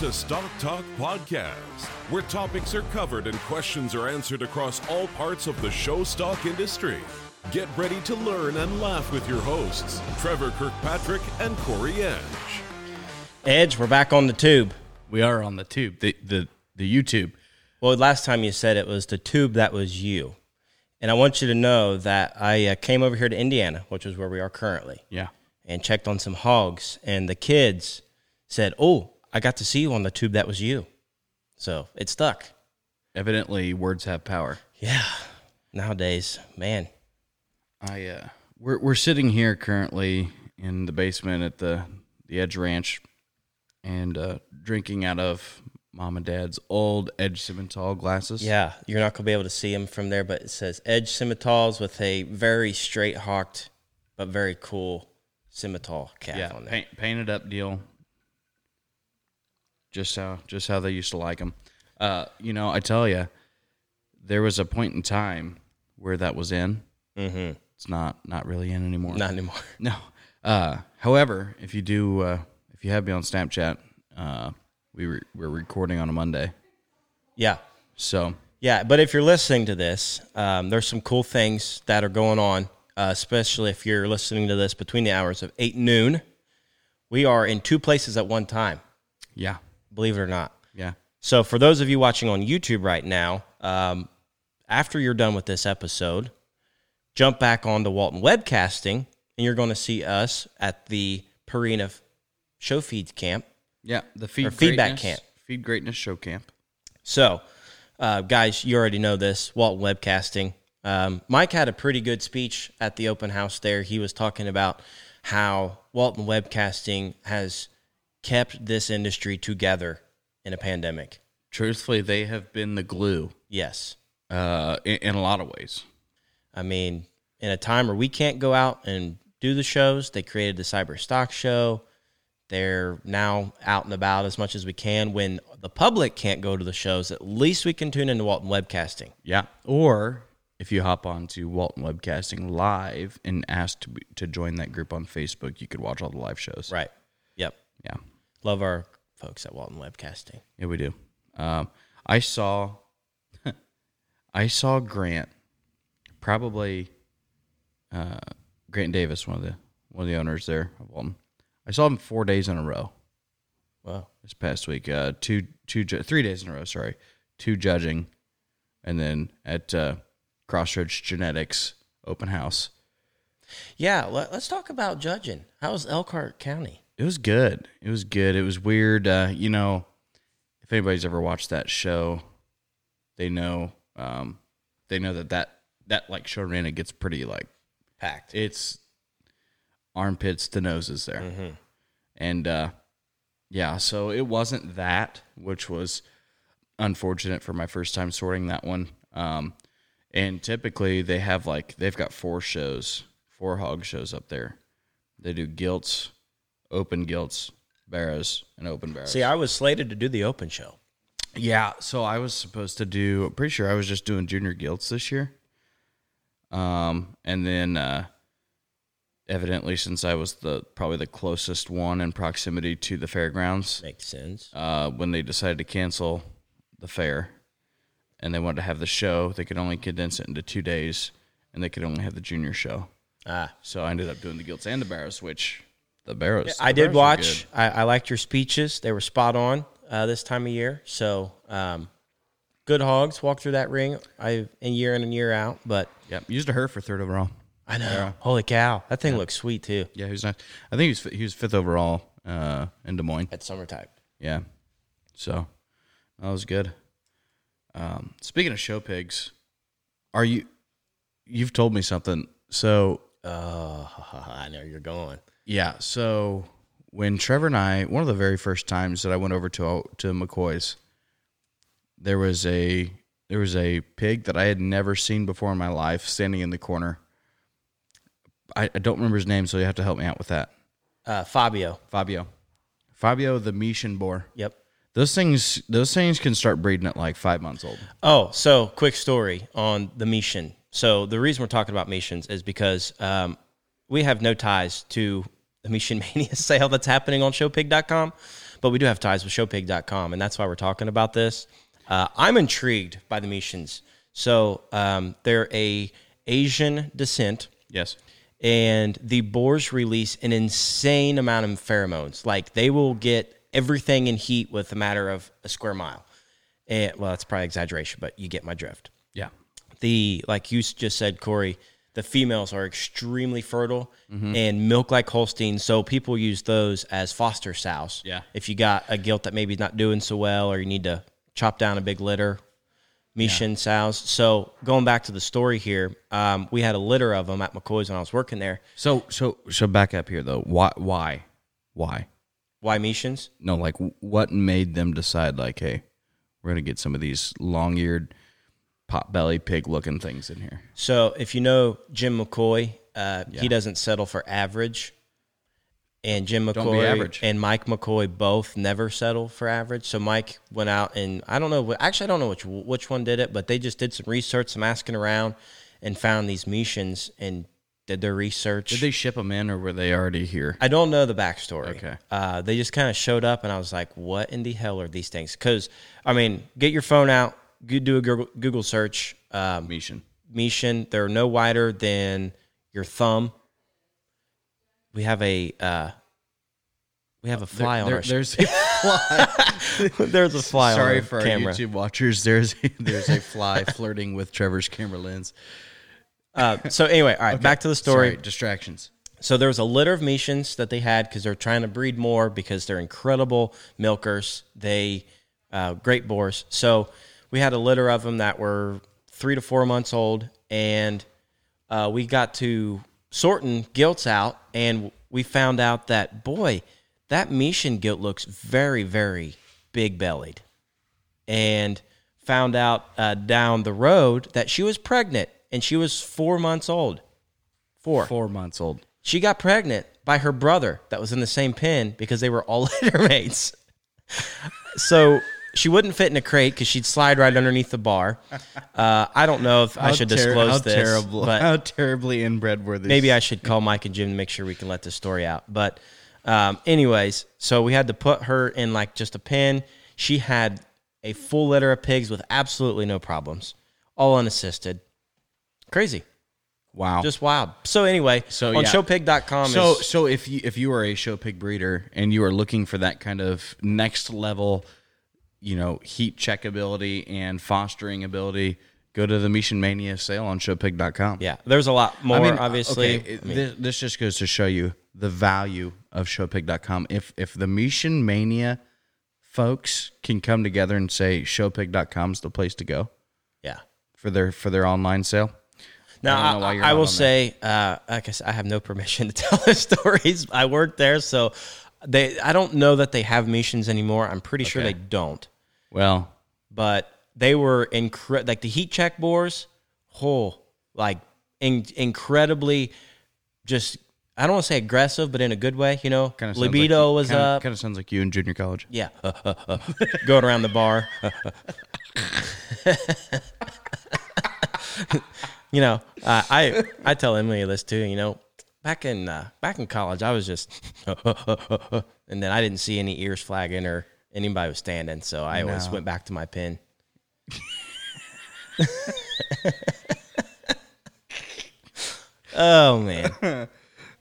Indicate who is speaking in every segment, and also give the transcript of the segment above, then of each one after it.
Speaker 1: the Stock Talk Podcast, where topics are covered and questions are answered across all parts of the show stock industry. Get ready to learn and laugh with your hosts, Trevor Kirkpatrick and Corey Edge.
Speaker 2: Edge, we're back on the tube.
Speaker 3: We are on the tube, the the, the YouTube.
Speaker 2: Well, last time you said it was the tube that was you. And I want you to know that I uh, came over here to Indiana, which is where we are currently,
Speaker 3: Yeah.
Speaker 2: and checked on some hogs. And the kids said, Oh, I got to see you on the tube that was you. So it stuck.
Speaker 3: Evidently, words have power.
Speaker 2: Yeah. Nowadays, man.
Speaker 3: I uh, we're we're sitting here currently in the basement at the the Edge Ranch, and uh, drinking out of mom and dad's old Edge Simmental glasses.
Speaker 2: Yeah. You're not going to be able to see them from there, but it says Edge Scimitars with a very straight hawked, but very cool scimitar cap
Speaker 3: yeah.
Speaker 2: on there.
Speaker 3: Paint, painted up deal. Just how just how they used to like them. Uh, you know, I tell you, there was a point in time where that was in.
Speaker 2: Mm-hmm.
Speaker 3: It's not not really in anymore.
Speaker 2: Not anymore.
Speaker 3: No. Uh, however, if you do, uh, if you have me on Snapchat, uh, we re- we're recording on a Monday,
Speaker 2: Yeah.
Speaker 3: so
Speaker 2: Yeah, but if you're listening to this, um, there's some cool things that are going on, uh, especially if you're listening to this between the hours of 8 and noon. We are in two places at one time,
Speaker 3: yeah,
Speaker 2: believe it or not.
Speaker 3: yeah,
Speaker 2: So, for those of you watching on YouTube right now, um, after you're done with this episode, jump back on to Walton Webcasting, and you're going to see us at the Purina Show Feeds Camp.
Speaker 3: yeah. The feed
Speaker 2: Or feedback
Speaker 3: greatness,
Speaker 2: camp.
Speaker 3: feed greatness show camp.
Speaker 2: So, uh, guys, you already know this. Walton webcasting. Um, Mike had a pretty good speech at the open house there. He was talking about how Walton webcasting has kept this industry together in a pandemic.
Speaker 3: Truthfully, they have been the glue
Speaker 2: Yes.
Speaker 3: uh, in, in a lot of ways.
Speaker 2: I mean, in a time where we can't go out and do the shows, they created the Cyber Stock Show. They're now out and about as much as we can. When the public can't go to the shows, at least we can tune into Walton webcasting.
Speaker 3: Yeah. Or if you hop on to Walton Webcasting Live and ask to be, to join that group on Facebook, you could watch all the live shows.
Speaker 2: Right. Yep.
Speaker 3: Yeah.
Speaker 2: love our folks at Walton Webcasting.
Speaker 3: Yeah, we do. Um, I saw, I saw Grant, probably uh, Grant Davis, one of the one of the owners there of Walton. I saw him four days in a row
Speaker 2: Wow.
Speaker 3: this past week. Uh, two two ju- three days in a row. Sorry, two judging, and then at uh, Crossroads Genetics open house.
Speaker 2: Yeah, let, us talk about judging. How's Elkhart County?
Speaker 3: It was good. It was good. It was weird. Uh, you know, if anybody's ever watched that show, they know um, they know that that that like show ran it gets pretty like
Speaker 2: Packed.
Speaker 3: it's armpits to noses there,
Speaker 2: Mm-hmm.
Speaker 3: and uh, yeah, so it wasn't that, which was unfortunate for my first time sorting that one. Um, and typically they have like they've got four shows, four hog shows up there. They do gilts, open gilts, barrows, and open barrows.
Speaker 2: See, I was slated to do the open show.
Speaker 3: Yeah, so I was supposed to do. I'm pretty sure I was just doing junior guilds this year. Um, and then uh, evidently, since I was the probably the closest one in proximity to the fairgrounds,
Speaker 2: Makes sense.
Speaker 3: uh, when they decided to cancel the fair, and they wanted to have the show, they could only condense it into two days, and they could only have the junior show.
Speaker 2: Ah.
Speaker 3: So I ended up doing the guilds and the barrows, which the barrows.
Speaker 2: I did
Speaker 3: the barrows were
Speaker 2: watch. I, I liked your speeches. They were spot on uh, this time of year. So, um, good hogs walk through that ring I in year in and year out. But
Speaker 3: good. Yep, used a her for third overall.
Speaker 2: I know. Holy cow. That thing looks sweet too.
Speaker 3: Yeah, he was nice. I think he was fi- he was fifth overall uh, in Des Moines.
Speaker 2: At summertime.
Speaker 3: Yeah, so that was good. Um, speaking of show pigs, are you? You've told me something. So
Speaker 2: Oh, I know you're going.
Speaker 3: yeah, so when Trevor and I, one of the very first times that I went over to uh, to McCoy's, there was a there was a pig that I had never seen before in my life standing in the corner. I, I don't remember his name, so you have to help me out with that.
Speaker 2: Uh, Fabio.
Speaker 3: Fabio. Fabio the Mishan boar.
Speaker 2: Yep.
Speaker 3: Those things those things can start breeding at like five months old.
Speaker 2: Oh, so quick story on the Mishan. So the reason we're talking about Mishans is because um, we have no ties to the Mishan Mania sale that's happening on showpig.com, but we do have ties with showpig.com, and that's why we're talking about this. Uh, I'm intrigued by the Missions. So um, they're a Asian descent,
Speaker 3: Yes.
Speaker 2: and the boars release an insane amount of pheromones. Like they will get everything in heat with a matter of a square mile. And, well, that's probably exaggeration, but you get my drift
Speaker 3: Yeah.
Speaker 2: the like you just said, Corey, the females are extremely fertile and milk like Holstein. So people use those as foster sows.
Speaker 3: Yeah.
Speaker 2: If you got a gilt that maybe is not doing so well, or you need to chop down a big litter, Mishin sows. So going back to the story here, um, we had a litter of them at McCoy's when I was working there.
Speaker 3: So so so back up here though. Why why why?
Speaker 2: Why Mishins?
Speaker 3: No, like what made them decide like, hey, we're gonna get some of these long-eared, pot-belly pig-looking things in here.
Speaker 2: So if you know Jim McCoy, uh, he doesn't settle for average. And Jim
Speaker 3: be
Speaker 2: McCoy
Speaker 3: average.
Speaker 2: and Mike McCoy both never settle for average. So Mike went out and I don't know. what- Actually, I don't know which which one did it, but they just did some research, some asking around, and found these Missions and did their research.
Speaker 3: Did they ship them in, or were they already here?
Speaker 2: I don't know the backstory.
Speaker 3: Okay.
Speaker 2: Uh, they just kind of showed up, and I was like, "What in the hell are these things?" Because I mean, get your phone out, go do a Google, Google search. Um,
Speaker 3: Mission.
Speaker 2: Mishin. They're no wider than your thumb. We have a uh, we have a fly on
Speaker 3: There-
Speaker 2: our
Speaker 3: there's a fly.
Speaker 2: there's a fly on
Speaker 3: Sorry
Speaker 2: our
Speaker 3: for our
Speaker 2: camera.
Speaker 3: YouTube watchers. There's a, there's a fly flirting with Trevor's camera lens.
Speaker 2: Uh, so anyway, all right, back to the story.
Speaker 3: Sorry, distractions.
Speaker 2: So there was a litter of Mishans that they had because they're trying to breed more because they're incredible milkers. They uh, great boars. So we had a litter of them that were three to four months old, and uh, we got to sorting gilts out, and we found out that boy, that Mishan gilt looks very, very big bellied, and found out uh, down the road that she was pregnant and she was four months old. Four.
Speaker 3: Four months old.
Speaker 2: She got pregnant by her brother that was in the same pen because they were all litter mates. So she wouldn't fit in a crate because she'd slide right underneath the bar. Uh, I don't know if I
Speaker 3: How
Speaker 2: should
Speaker 3: ter-
Speaker 2: disclose
Speaker 3: how
Speaker 2: this,
Speaker 3: Terrible,
Speaker 2: but
Speaker 3: how terribly inbred were these?
Speaker 2: maybe I should call Mike and Jim to make sure we can let this story out. But, um, anyways, so we had to put her in like just a pen. She had a full litter of pigs with absolutely no problems, all unassisted. Crazy,
Speaker 3: wow.
Speaker 2: just wild. So anyway,
Speaker 3: So,
Speaker 2: on
Speaker 3: yeah.
Speaker 2: showpig.com
Speaker 3: so
Speaker 2: is
Speaker 3: so if you if you are a show pig breeder and you are looking for that kind of next level, you know, heat check ability and fostering ability, go to the Mission Mania sale on showpig.com.
Speaker 2: Yeah, there's a lot more. obviously,
Speaker 3: uh, okay, it- thi- this just goes to show you the value of showpig.com. If if the Mission Mania folks can come together and say showpig.com is the place to go
Speaker 2: yeah.
Speaker 3: for their for their online sale.
Speaker 2: Now
Speaker 3: I
Speaker 2: I,
Speaker 3: don't know why you're
Speaker 2: I
Speaker 3: not
Speaker 2: will
Speaker 3: on there.
Speaker 2: say, uh, like I said, I have no permission to tell the stories. I worked there, so they. I don't know that they have missions anymore. I'm pretty sure they don't.
Speaker 3: Well,
Speaker 2: But they were incre- like the heat check bores, oh, like in- incredibly, just I don't want to say aggressive, but in a good way. You know,
Speaker 3: kind of
Speaker 2: libido was up.
Speaker 3: Kind of sounds like you in junior college.
Speaker 2: Yeah. Uh, Going around the bar. you know, uh, I I tell Emily this too. You know, back in uh, back in college, I was just, and then I didn't see any ears flagging or anybody was standing, so I always went back to my pen. oh man.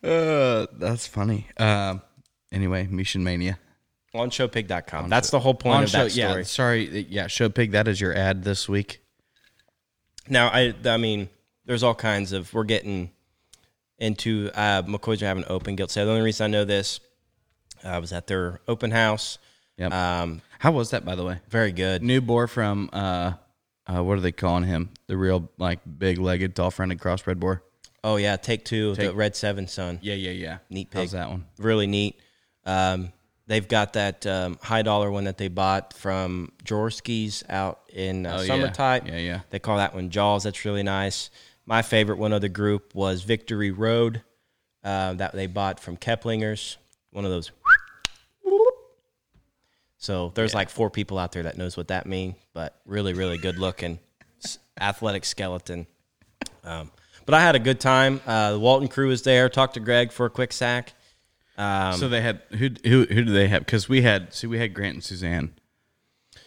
Speaker 3: Uh, that's funny. Um, anyway, Mission Mania.
Speaker 2: On showpig.com. That's the whole point
Speaker 3: On
Speaker 2: of
Speaker 3: show,
Speaker 2: that story.
Speaker 3: yeah, sorry, yeah, Show Pig. That is your ad this week.
Speaker 2: Now, I I mean, there's all kinds of we're getting into uh, McCoy's having an open guilt sale. The only reason I know this, I was at their open house.
Speaker 3: Yep.
Speaker 2: Um,
Speaker 3: How was that, by the way?
Speaker 2: very good.
Speaker 3: New boar from uh, uh, what are they calling him? The real like big-legged, tall-fronted crossbred boar.
Speaker 2: Oh yeah, take two, the Red Seven Son,
Speaker 3: Yeah, yeah, yeah.
Speaker 2: Neat pig.
Speaker 3: How's that one?
Speaker 2: really neat. Um, they've got that um, high dollar one that they bought from Jorski's out in uh,
Speaker 3: Oh, yeah.
Speaker 2: Summertide.
Speaker 3: Yeah, yeah.
Speaker 2: They call that one Jaws. That's really nice. My favorite one of the group was Victory Road uh, that they bought from Keplinger's. One of those. So there's like four people out there that knows what that means, but really, really good looking, s- athletic skeleton. Um, but I had a good time. Uh, the Walton crew was there. Talked to Greg for a quick sack. Um,
Speaker 3: so they had who who who do they have? Because we had see we had Grant and Suzanne.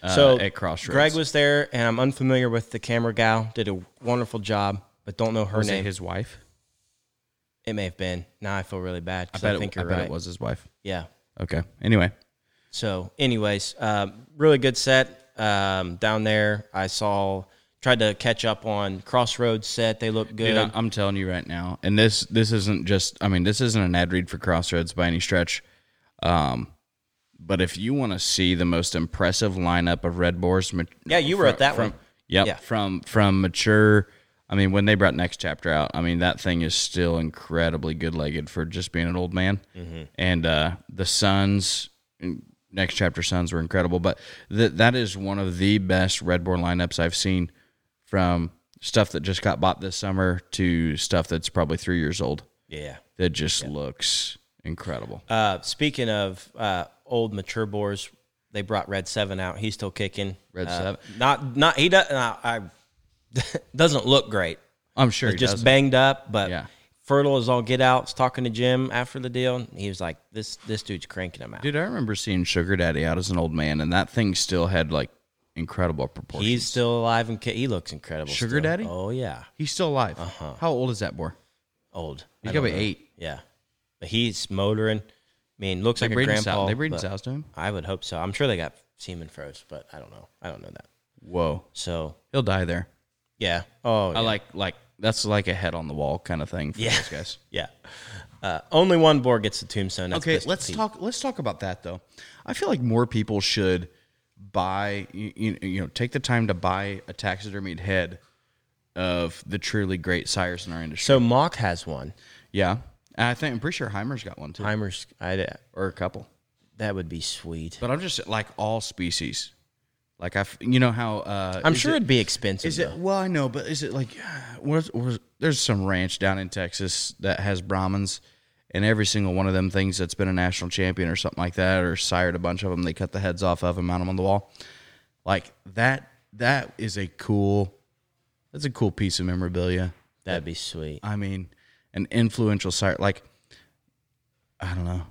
Speaker 3: uh,
Speaker 2: so
Speaker 3: at Crossroads,
Speaker 2: Greg was there, and I'm unfamiliar with the camera gal. Did a wonderful job, but don't know her
Speaker 3: was
Speaker 2: name.
Speaker 3: it his wife?
Speaker 2: it may have been. Now I feel really bad
Speaker 3: I
Speaker 2: because I,
Speaker 3: bet,
Speaker 2: think
Speaker 3: it, I
Speaker 2: you're
Speaker 3: bet
Speaker 2: right.
Speaker 3: it was his wife.
Speaker 2: Yeah.
Speaker 3: Okay. Anyway,
Speaker 2: So, anyways, um, really good set um, down there. I saw tried to catch up on Crossroads set. They look good.
Speaker 3: dude, I, am telling you right now, and this this isn't just. I mean, this isn't an ad read for Crossroads by any stretch. Um, but if you want to see the most impressive lineup of Red Boars, mat-
Speaker 2: Yeah, you were
Speaker 3: fro-
Speaker 2: at that
Speaker 3: from,
Speaker 2: one.
Speaker 3: Yep,
Speaker 2: Yeah.
Speaker 3: from from mature. I mean, when they brought Next Chapter out, I mean that thing is still incredibly good legged for just being an old man.
Speaker 2: Mm-hmm.
Speaker 3: And uh, the Suns, Next Chapter Suns were incredible, but th- that is one of the best Redborn lineups I've seen from stuff that just got bought this summer to stuff that's probably three years old.
Speaker 2: yeah.
Speaker 3: That just looks incredible.
Speaker 2: Uh, speaking of uh, old mature boars, they brought Red Seven out. He's still kicking.
Speaker 3: Red
Speaker 2: Uh,
Speaker 3: Seven?
Speaker 2: Not not he doesn't. I, I doesn't look great.
Speaker 3: I'm sure it
Speaker 2: Just
Speaker 3: does.
Speaker 2: banged up, but
Speaker 3: Yeah.
Speaker 2: fertile as all get out. Was talking to Jim after the deal. and He was like, "This this dude's cranking him out.
Speaker 3: Dude, I remember seeing Sugar Daddy out as an old man, and that thing still had like incredible proportions.
Speaker 2: He's still alive and ki- he looks incredible.
Speaker 3: Sugar
Speaker 2: still.
Speaker 3: daddy?
Speaker 2: Oh yeah,
Speaker 3: He's still alive. Uh-huh. How old is that boy?
Speaker 2: old.
Speaker 3: He's
Speaker 2: I
Speaker 3: got to
Speaker 2: don't
Speaker 3: be
Speaker 2: know.
Speaker 3: eight.
Speaker 2: Yeah, but he's motoring. I mean, looks
Speaker 3: They
Speaker 2: like a
Speaker 3: breeding
Speaker 2: grandpa.
Speaker 3: sows. They breeding
Speaker 2: but
Speaker 3: sows to him.
Speaker 2: I would hope so. I'm sure they got semen froze, but I don't know. I don't know that.
Speaker 3: Whoa,
Speaker 2: So
Speaker 3: he'll die there.
Speaker 2: yeah. Oh, yeah.
Speaker 3: I like like that's like a head on the wall kind of thing for
Speaker 2: Yeah.
Speaker 3: those guys.
Speaker 2: Yeah. Uh, only one boar gets the tombstone. That's
Speaker 3: okay
Speaker 2: Pistol
Speaker 3: let's
Speaker 2: Pete.
Speaker 3: talk let's talk about that though i feel like more people should buy you, you, you know take the time to buy a taxidermied head of the truly great sires in our industry
Speaker 2: So Mock has one.
Speaker 3: yeah and i think i'm pretty sure heimer's got one too
Speaker 2: Heimer's. I.
Speaker 3: or a couple
Speaker 2: That would be sweet.
Speaker 3: but i'm just like all species like i f- you know how uh
Speaker 2: I'm
Speaker 3: is
Speaker 2: sure
Speaker 3: it-
Speaker 2: it'd be expensive.
Speaker 3: Is it
Speaker 2: though.
Speaker 3: well? I know, but is it like what? what- There's some ranch down in Texas that has Brahmins, and every single one of them things that's been a national champion or something like that, or sired a bunch of them. They cut the heads off of and mount them on the wall. Like that. That is a cool. That's a cool piece of memorabilia.
Speaker 2: That'd be sweet.
Speaker 3: I mean, an influential sire. Like, I don't know.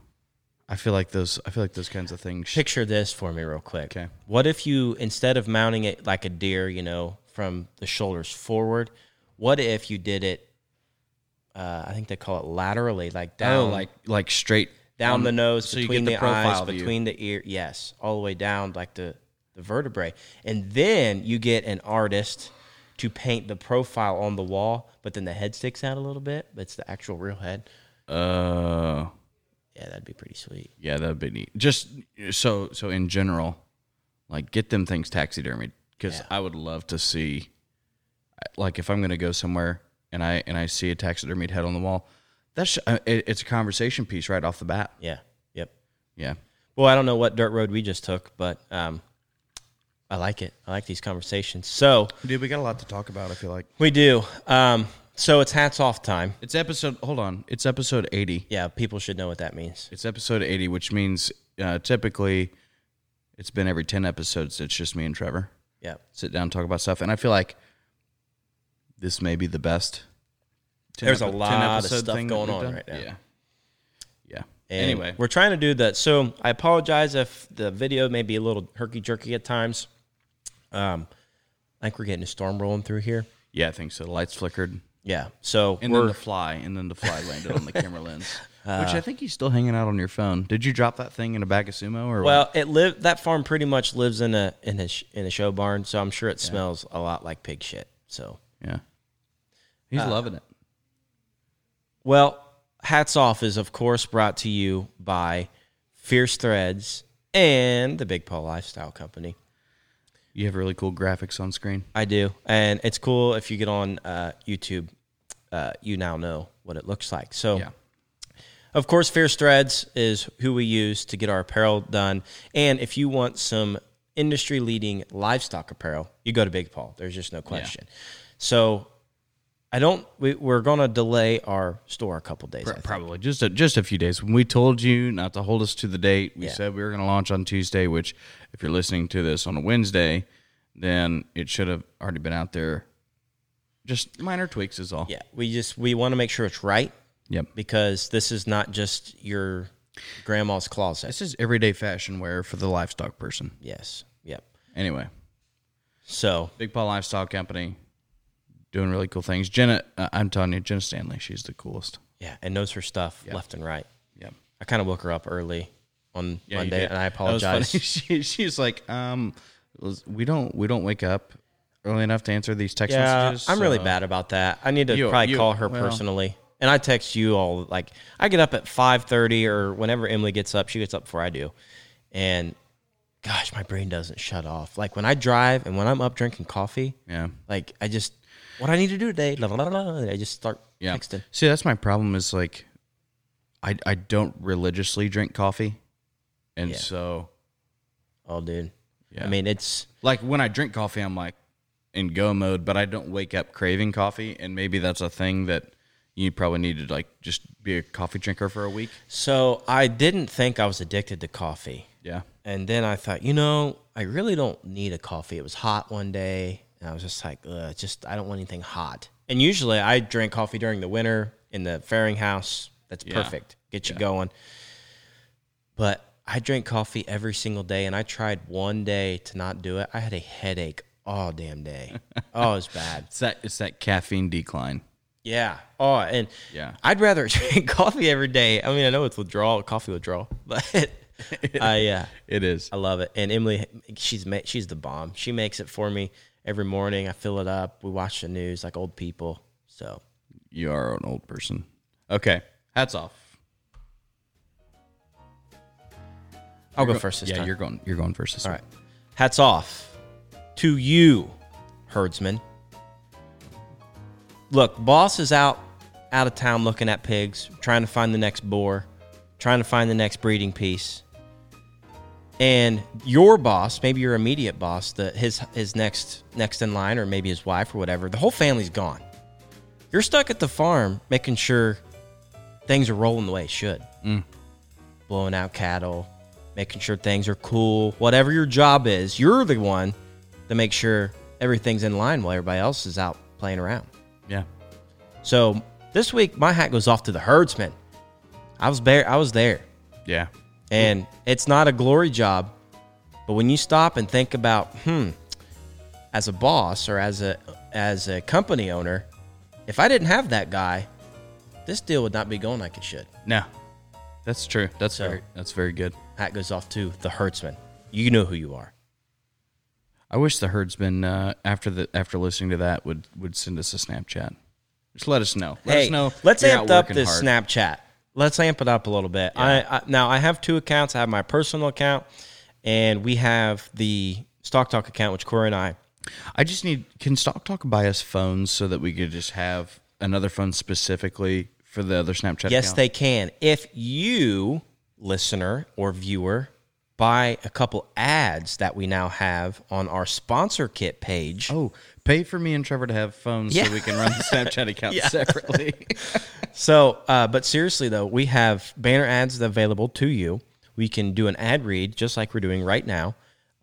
Speaker 3: I feel like those. I feel like those kinds of things. sh-
Speaker 2: Picture this for me, real quick.
Speaker 3: Okay.
Speaker 2: What if you, instead of mounting it like a deer, you know, from the shoulders forward, what if you did it? Uh, I think they call it laterally, like down,
Speaker 3: Oh, like like straight
Speaker 2: down the nose,
Speaker 3: so you get
Speaker 2: between
Speaker 3: the
Speaker 2: the, eyes,
Speaker 3: profile view.
Speaker 2: between the ear. Yes, all the way down, like the, the vertebrae. And then you get an artist to paint the profile on the wall, but then the head sticks out a little bit, but it's the actual real head.
Speaker 3: Oh.
Speaker 2: Yeah, that'd be pretty sweet.
Speaker 3: Yeah, that'd be neat. Just so so in general, like get them things taxidermied because I would love to see, like if I'm gonna go somewhere and I and I see a taxidermied head on the wall, that's uh, it, it's a conversation piece right off the bat.
Speaker 2: Yeah. Yep.
Speaker 3: Yeah,
Speaker 2: Well, I don't know what dirt road we just took, but um, I like it. I like these conversations. So
Speaker 3: dude, we got a lot to talk about. I feel like
Speaker 2: we do. Um, so it's hats off time.
Speaker 3: it's episode. Hold on, it's episode eighty.
Speaker 2: Yeah, people should know what that means.
Speaker 3: It's episode eighty, which means uh, typically it's been every ten episodes. It's just me and Trevor
Speaker 2: Yeah.
Speaker 3: sit down talk about stuff, and I feel like this may be the best. 10
Speaker 2: There's a
Speaker 3: epi- 10
Speaker 2: lot of
Speaker 3: episode
Speaker 2: stuff
Speaker 3: thing that
Speaker 2: going
Speaker 3: we've
Speaker 2: on
Speaker 3: done.
Speaker 2: right now.
Speaker 3: Yeah. Yeah.
Speaker 2: And
Speaker 3: anyway,
Speaker 2: we're trying to do that. So I apologize if the video may be a little herky jerky at times. Um, I think we're getting a storm rolling through here.
Speaker 3: yeah, I think so. The lights flickered,
Speaker 2: Yeah. So
Speaker 3: and then the fly, and then the fly landed on the camera lens, which
Speaker 2: Uh,
Speaker 3: I think he's still hanging out on your phone. Did you drop that thing in a bag of sumo or what?
Speaker 2: well, it live that farm pretty much lives in a in a sh- in a show barn, so I'm sure it smells a lot like pig shit. So
Speaker 3: Yeah,
Speaker 2: uh,
Speaker 3: he's loving it.
Speaker 2: Well, Hats Off is, of course, brought to you by Fierce Threads and the Big Paul Lifestyle Company.
Speaker 3: You have really cool graphics on screen.
Speaker 2: I do. And it's cool if you get on uh, YouTube, uh, you now know what it looks like. So,
Speaker 3: Yeah.
Speaker 2: of course, Fierce Threads is who we use to get our apparel done. And if you want some industry leading livestock apparel, you go to Big Paul. There's just no question. So, I don't, we, we're going to delay our store a couple days. I think.
Speaker 3: Probably just a, just a few days. When we told you not to hold us to the date, we
Speaker 2: Yeah.
Speaker 3: said we were going to launch on Tuesday. Which, if you're listening to this on a Wednesday, then it should have already been out there. Just minor tweaks is all.
Speaker 2: Yeah, we just we want to make sure it's right
Speaker 3: Yep.
Speaker 2: because this is not just your grandma's closet.
Speaker 3: This is everyday fashion wear for the livestock person.
Speaker 2: Yes. Yep.
Speaker 3: Anyway,
Speaker 2: So
Speaker 3: Big Paw Livestock Company doing really cool things. Jenna, uh, I'm telling you, Jenna Stanley, she's the coolest.
Speaker 2: yeah, and knows her stuff left and right.
Speaker 3: Yep.
Speaker 2: I kind of woke her up early on
Speaker 3: Yeah, you
Speaker 2: Monday,
Speaker 3: did.
Speaker 2: and I
Speaker 3: That was funny.
Speaker 2: apologize.
Speaker 3: she, she's like, um, was- we don't we don't wake up early enough to answer these text
Speaker 2: Yeah,
Speaker 3: messages.
Speaker 2: I'm really
Speaker 3: so-
Speaker 2: bad about that. I need to
Speaker 3: uh, You-
Speaker 2: probably
Speaker 3: you-
Speaker 2: call her
Speaker 3: well-
Speaker 2: personally, and I text you all. Like I get up at 5:30 or whenever Emily gets up. She gets up before I do, and gosh, my brain doesn't shut off. Like when I drive and when I'm up drinking coffee,
Speaker 3: Yeah.
Speaker 2: like I just what I need to do today. La, la, la, la, and I just start texting.
Speaker 3: See, that's my problem is like I I don't religiously drink coffee. And
Speaker 2: Yeah.
Speaker 3: so
Speaker 2: Oh, dude.
Speaker 3: Yeah.
Speaker 2: I mean, it's
Speaker 3: like when I drink coffee, I'm like in go mode, but I don't wake up craving coffee. And maybe that's a thing that you probably need to like just be a coffee drinker for a week.
Speaker 2: so I didn't think I was addicted to coffee.
Speaker 3: Yeah.
Speaker 2: And then I thought, you know, I really don't need a coffee. It was hot one day, and I was just like, Ugh, just I don't want anything hot. And usually, I drink coffee during the winter in the fairing house. That's perfect, get you going. But I drink coffee every single day, and I tried one day to not do it. I had a headache all damn day. oh, it's bad.
Speaker 3: It's that it's that caffeine decline.
Speaker 2: Yeah. Oh, and
Speaker 3: Yeah.
Speaker 2: I'd rather drink coffee every day. I mean, I know it's withdrawal, coffee withdrawal, but I yeah.
Speaker 3: It is.
Speaker 2: I love it. And Emily, she's ma- she's the bomb. She makes it for me every morning. I fill it up. We watch the news like old people. So
Speaker 3: You are an old person. Okay. Hats off.
Speaker 2: I'll go, first this
Speaker 3: yeah,
Speaker 2: time.
Speaker 3: you're going you're going first this
Speaker 2: All right. Hats off to you, herdsman. Look, boss is out out of town looking at pigs, trying to find the next boar, trying to find the next breeding piece. And your boss, maybe your immediate boss, the his his next next in line or maybe his wife or whatever, the whole family's gone. You're stuck at the farm making sure things are rolling the way it should blowing out cattle, making sure things are cool. Whatever your job is, you're the one to make sure everything's in line while everybody else is out playing around.
Speaker 3: Yeah.
Speaker 2: So this week, my hat goes off to the herdsman. I was there. I was there,
Speaker 3: Yeah.
Speaker 2: and it's not a glory job, but when you stop and think about, hmm, as a boss or as a as a company owner, if I didn't have that guy, this deal would not be going like it should.
Speaker 3: No. That's true. That's
Speaker 2: So-
Speaker 3: very that's very good.
Speaker 2: Hat goes off to the herdsman. You know who you are.
Speaker 3: I wish the herdsman uh, after the after listening to that would would send us a Snapchat. Just let us know. Let
Speaker 2: hey,
Speaker 3: us know.
Speaker 2: Let's
Speaker 3: you're
Speaker 2: amp
Speaker 3: out
Speaker 2: up
Speaker 3: working
Speaker 2: this
Speaker 3: hard.
Speaker 2: Snapchat. Let's amp it up a little bit. I, I now I have two accounts. I have my personal account, and we have the Stock Talk account, which Corey and I.
Speaker 3: I just need can Stock Talk buy us phones so that we could just have another phone specifically for the other Snapchat.
Speaker 2: Yes,
Speaker 3: account?
Speaker 2: they can. If you listener or viewer buy a couple ads that we now have on our sponsor kit page,
Speaker 3: Oh, pay for me and Trevor to have phones
Speaker 2: Yeah.
Speaker 3: so we can run the Snapchat account separately.
Speaker 2: So, uh, but seriously though, we have banner ads available to you. We can do an ad read just like we're doing right now,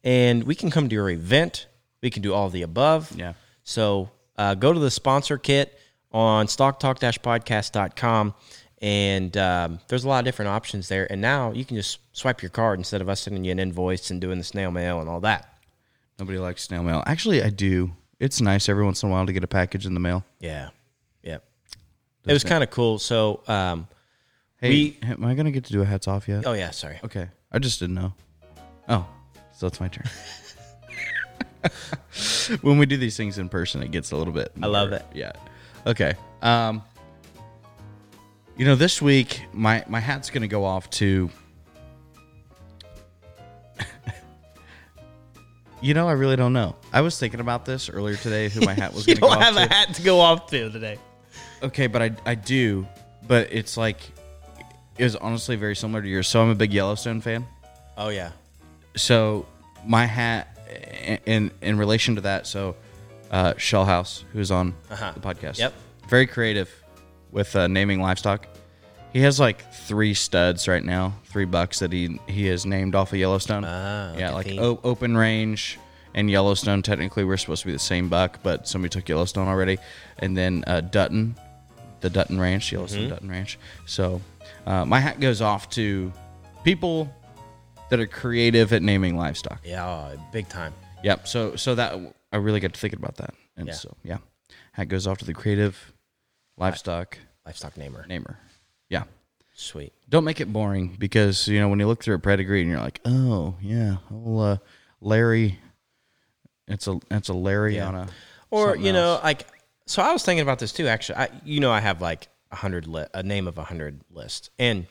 Speaker 2: and we can come to your event. We can do all of the above.
Speaker 3: Yeah.
Speaker 2: So uh, go to the sponsor kit on stocktalk-podcast.com, and um, there's a lot of different options there. And now you can just swipe your card instead of us sending you an invoice and doing the snail mail and all that.
Speaker 3: Nobody likes snail mail. Actually, I do. It's nice every once in a while to get a package in the mail.
Speaker 2: Yeah. Yeah. It was kind of cool. So, um,
Speaker 3: Hey,
Speaker 2: We-
Speaker 3: am I gonna get to do a hats off yet?
Speaker 2: oh yeah, sorry.
Speaker 3: Okay, I just didn't know. Oh, so it's my turn. when we do these things in person, it gets a little bit. more-
Speaker 2: love it.
Speaker 3: Yeah. Okay. Um. You know, this week my my hat's gonna go off to. you know, I really don't know. I was thinking about this earlier today. Who my hat was
Speaker 2: You
Speaker 3: gonna go
Speaker 2: don't
Speaker 3: off
Speaker 2: have
Speaker 3: to.
Speaker 2: a hat to go off to today.
Speaker 3: Okay, but I I do, but it's like it was honestly very similar to yours. So I'm a big Yellowstone fan.
Speaker 2: Oh yeah.
Speaker 3: so my hat in in relation to that so uh shell house who's on
Speaker 2: Uh-huh.
Speaker 3: the podcast
Speaker 2: Yep.
Speaker 3: very creative with uh, naming livestock he has like three studs right now three bucks that he he has named off of yellowstone
Speaker 2: Ah,
Speaker 3: yeah
Speaker 2: good
Speaker 3: like
Speaker 2: thing.
Speaker 3: o- open range and yellowstone technically we're supposed to be the same buck but somebody took yellowstone already and then uh,
Speaker 2: Mm-hmm.
Speaker 3: dutton the dutton ranch yellowstone dutton ranch so uh, my hat goes off to people that are creative at naming livestock.
Speaker 2: Yeah, oh, big time.
Speaker 3: Yep. So so that I really got to thinking about that, and
Speaker 2: Yeah.
Speaker 3: so yeah, hat goes off to the creative livestock
Speaker 2: Livestock namer.
Speaker 3: namer. Yeah.
Speaker 2: Sweet.
Speaker 3: Don't make it boring because you know when you look through a pedigree and you're like, oh yeah, well, uh, Larry. It's a it's a Larry on a
Speaker 2: Or
Speaker 3: something
Speaker 2: you know,
Speaker 3: else.
Speaker 2: like so I was thinking about this too. Actually, I you know I have like a hundred li- a name of a hundred list, and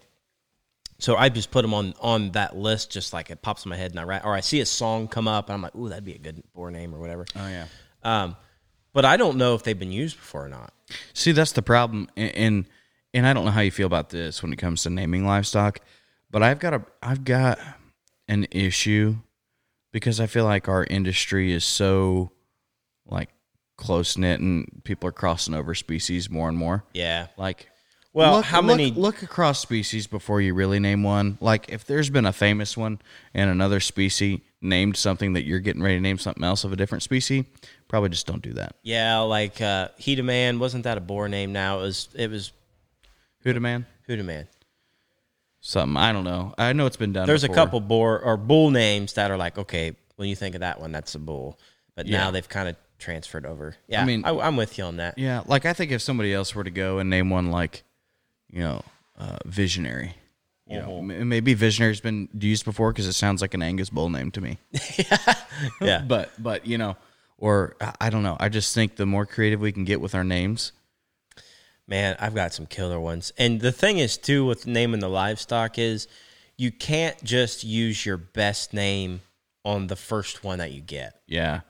Speaker 2: so I just put them on on that list. Just like it pops in my head, and I write or I see a song come up, and I'm like, ooh, that'd be a good boar name or whatever.
Speaker 3: oh yeah.
Speaker 2: Um, but I don't know if they've been used before or not.
Speaker 3: See, that's the problem, and, and and I don't know how you feel about this when it comes to naming livestock, but I've got a I've got an issue because I feel like our industry is so like close knit, and people are crossing over species more and more.
Speaker 2: Yeah.
Speaker 3: Like,
Speaker 2: Well, how many-
Speaker 3: look across species before you really name one? Like, if there's been a famous one and another species named something that you're getting ready to name something else of a different species, probably just don't do that.
Speaker 2: Yeah, like uh, Huda Man wasn't that a boar name? Now it was it was
Speaker 3: Huda man.
Speaker 2: Huda Man.
Speaker 3: Something I don't know. I know it's been done.
Speaker 2: There's a
Speaker 3: before.
Speaker 2: couple boar or bull names that are like okay, when you think of that one, that's a bull. But now they've kind of transferred over. Yeah, I mean,
Speaker 3: mean-
Speaker 2: I, I'm with you on that.
Speaker 3: Yeah, like I think if somebody else were to go and name one like, you know, uh, visionary. You know,
Speaker 2: Mm-hmm.
Speaker 3: m- maybe visionary's been used before because it sounds like an Angus bull name to me.
Speaker 2: Yeah.
Speaker 3: but but you know, or I, I don't know. I just think the more creative we can get with our names,
Speaker 2: Man, I've got some killer ones. And the thing is, too, with naming the livestock is you can't just use your best name on the first one that you get.
Speaker 3: yeah,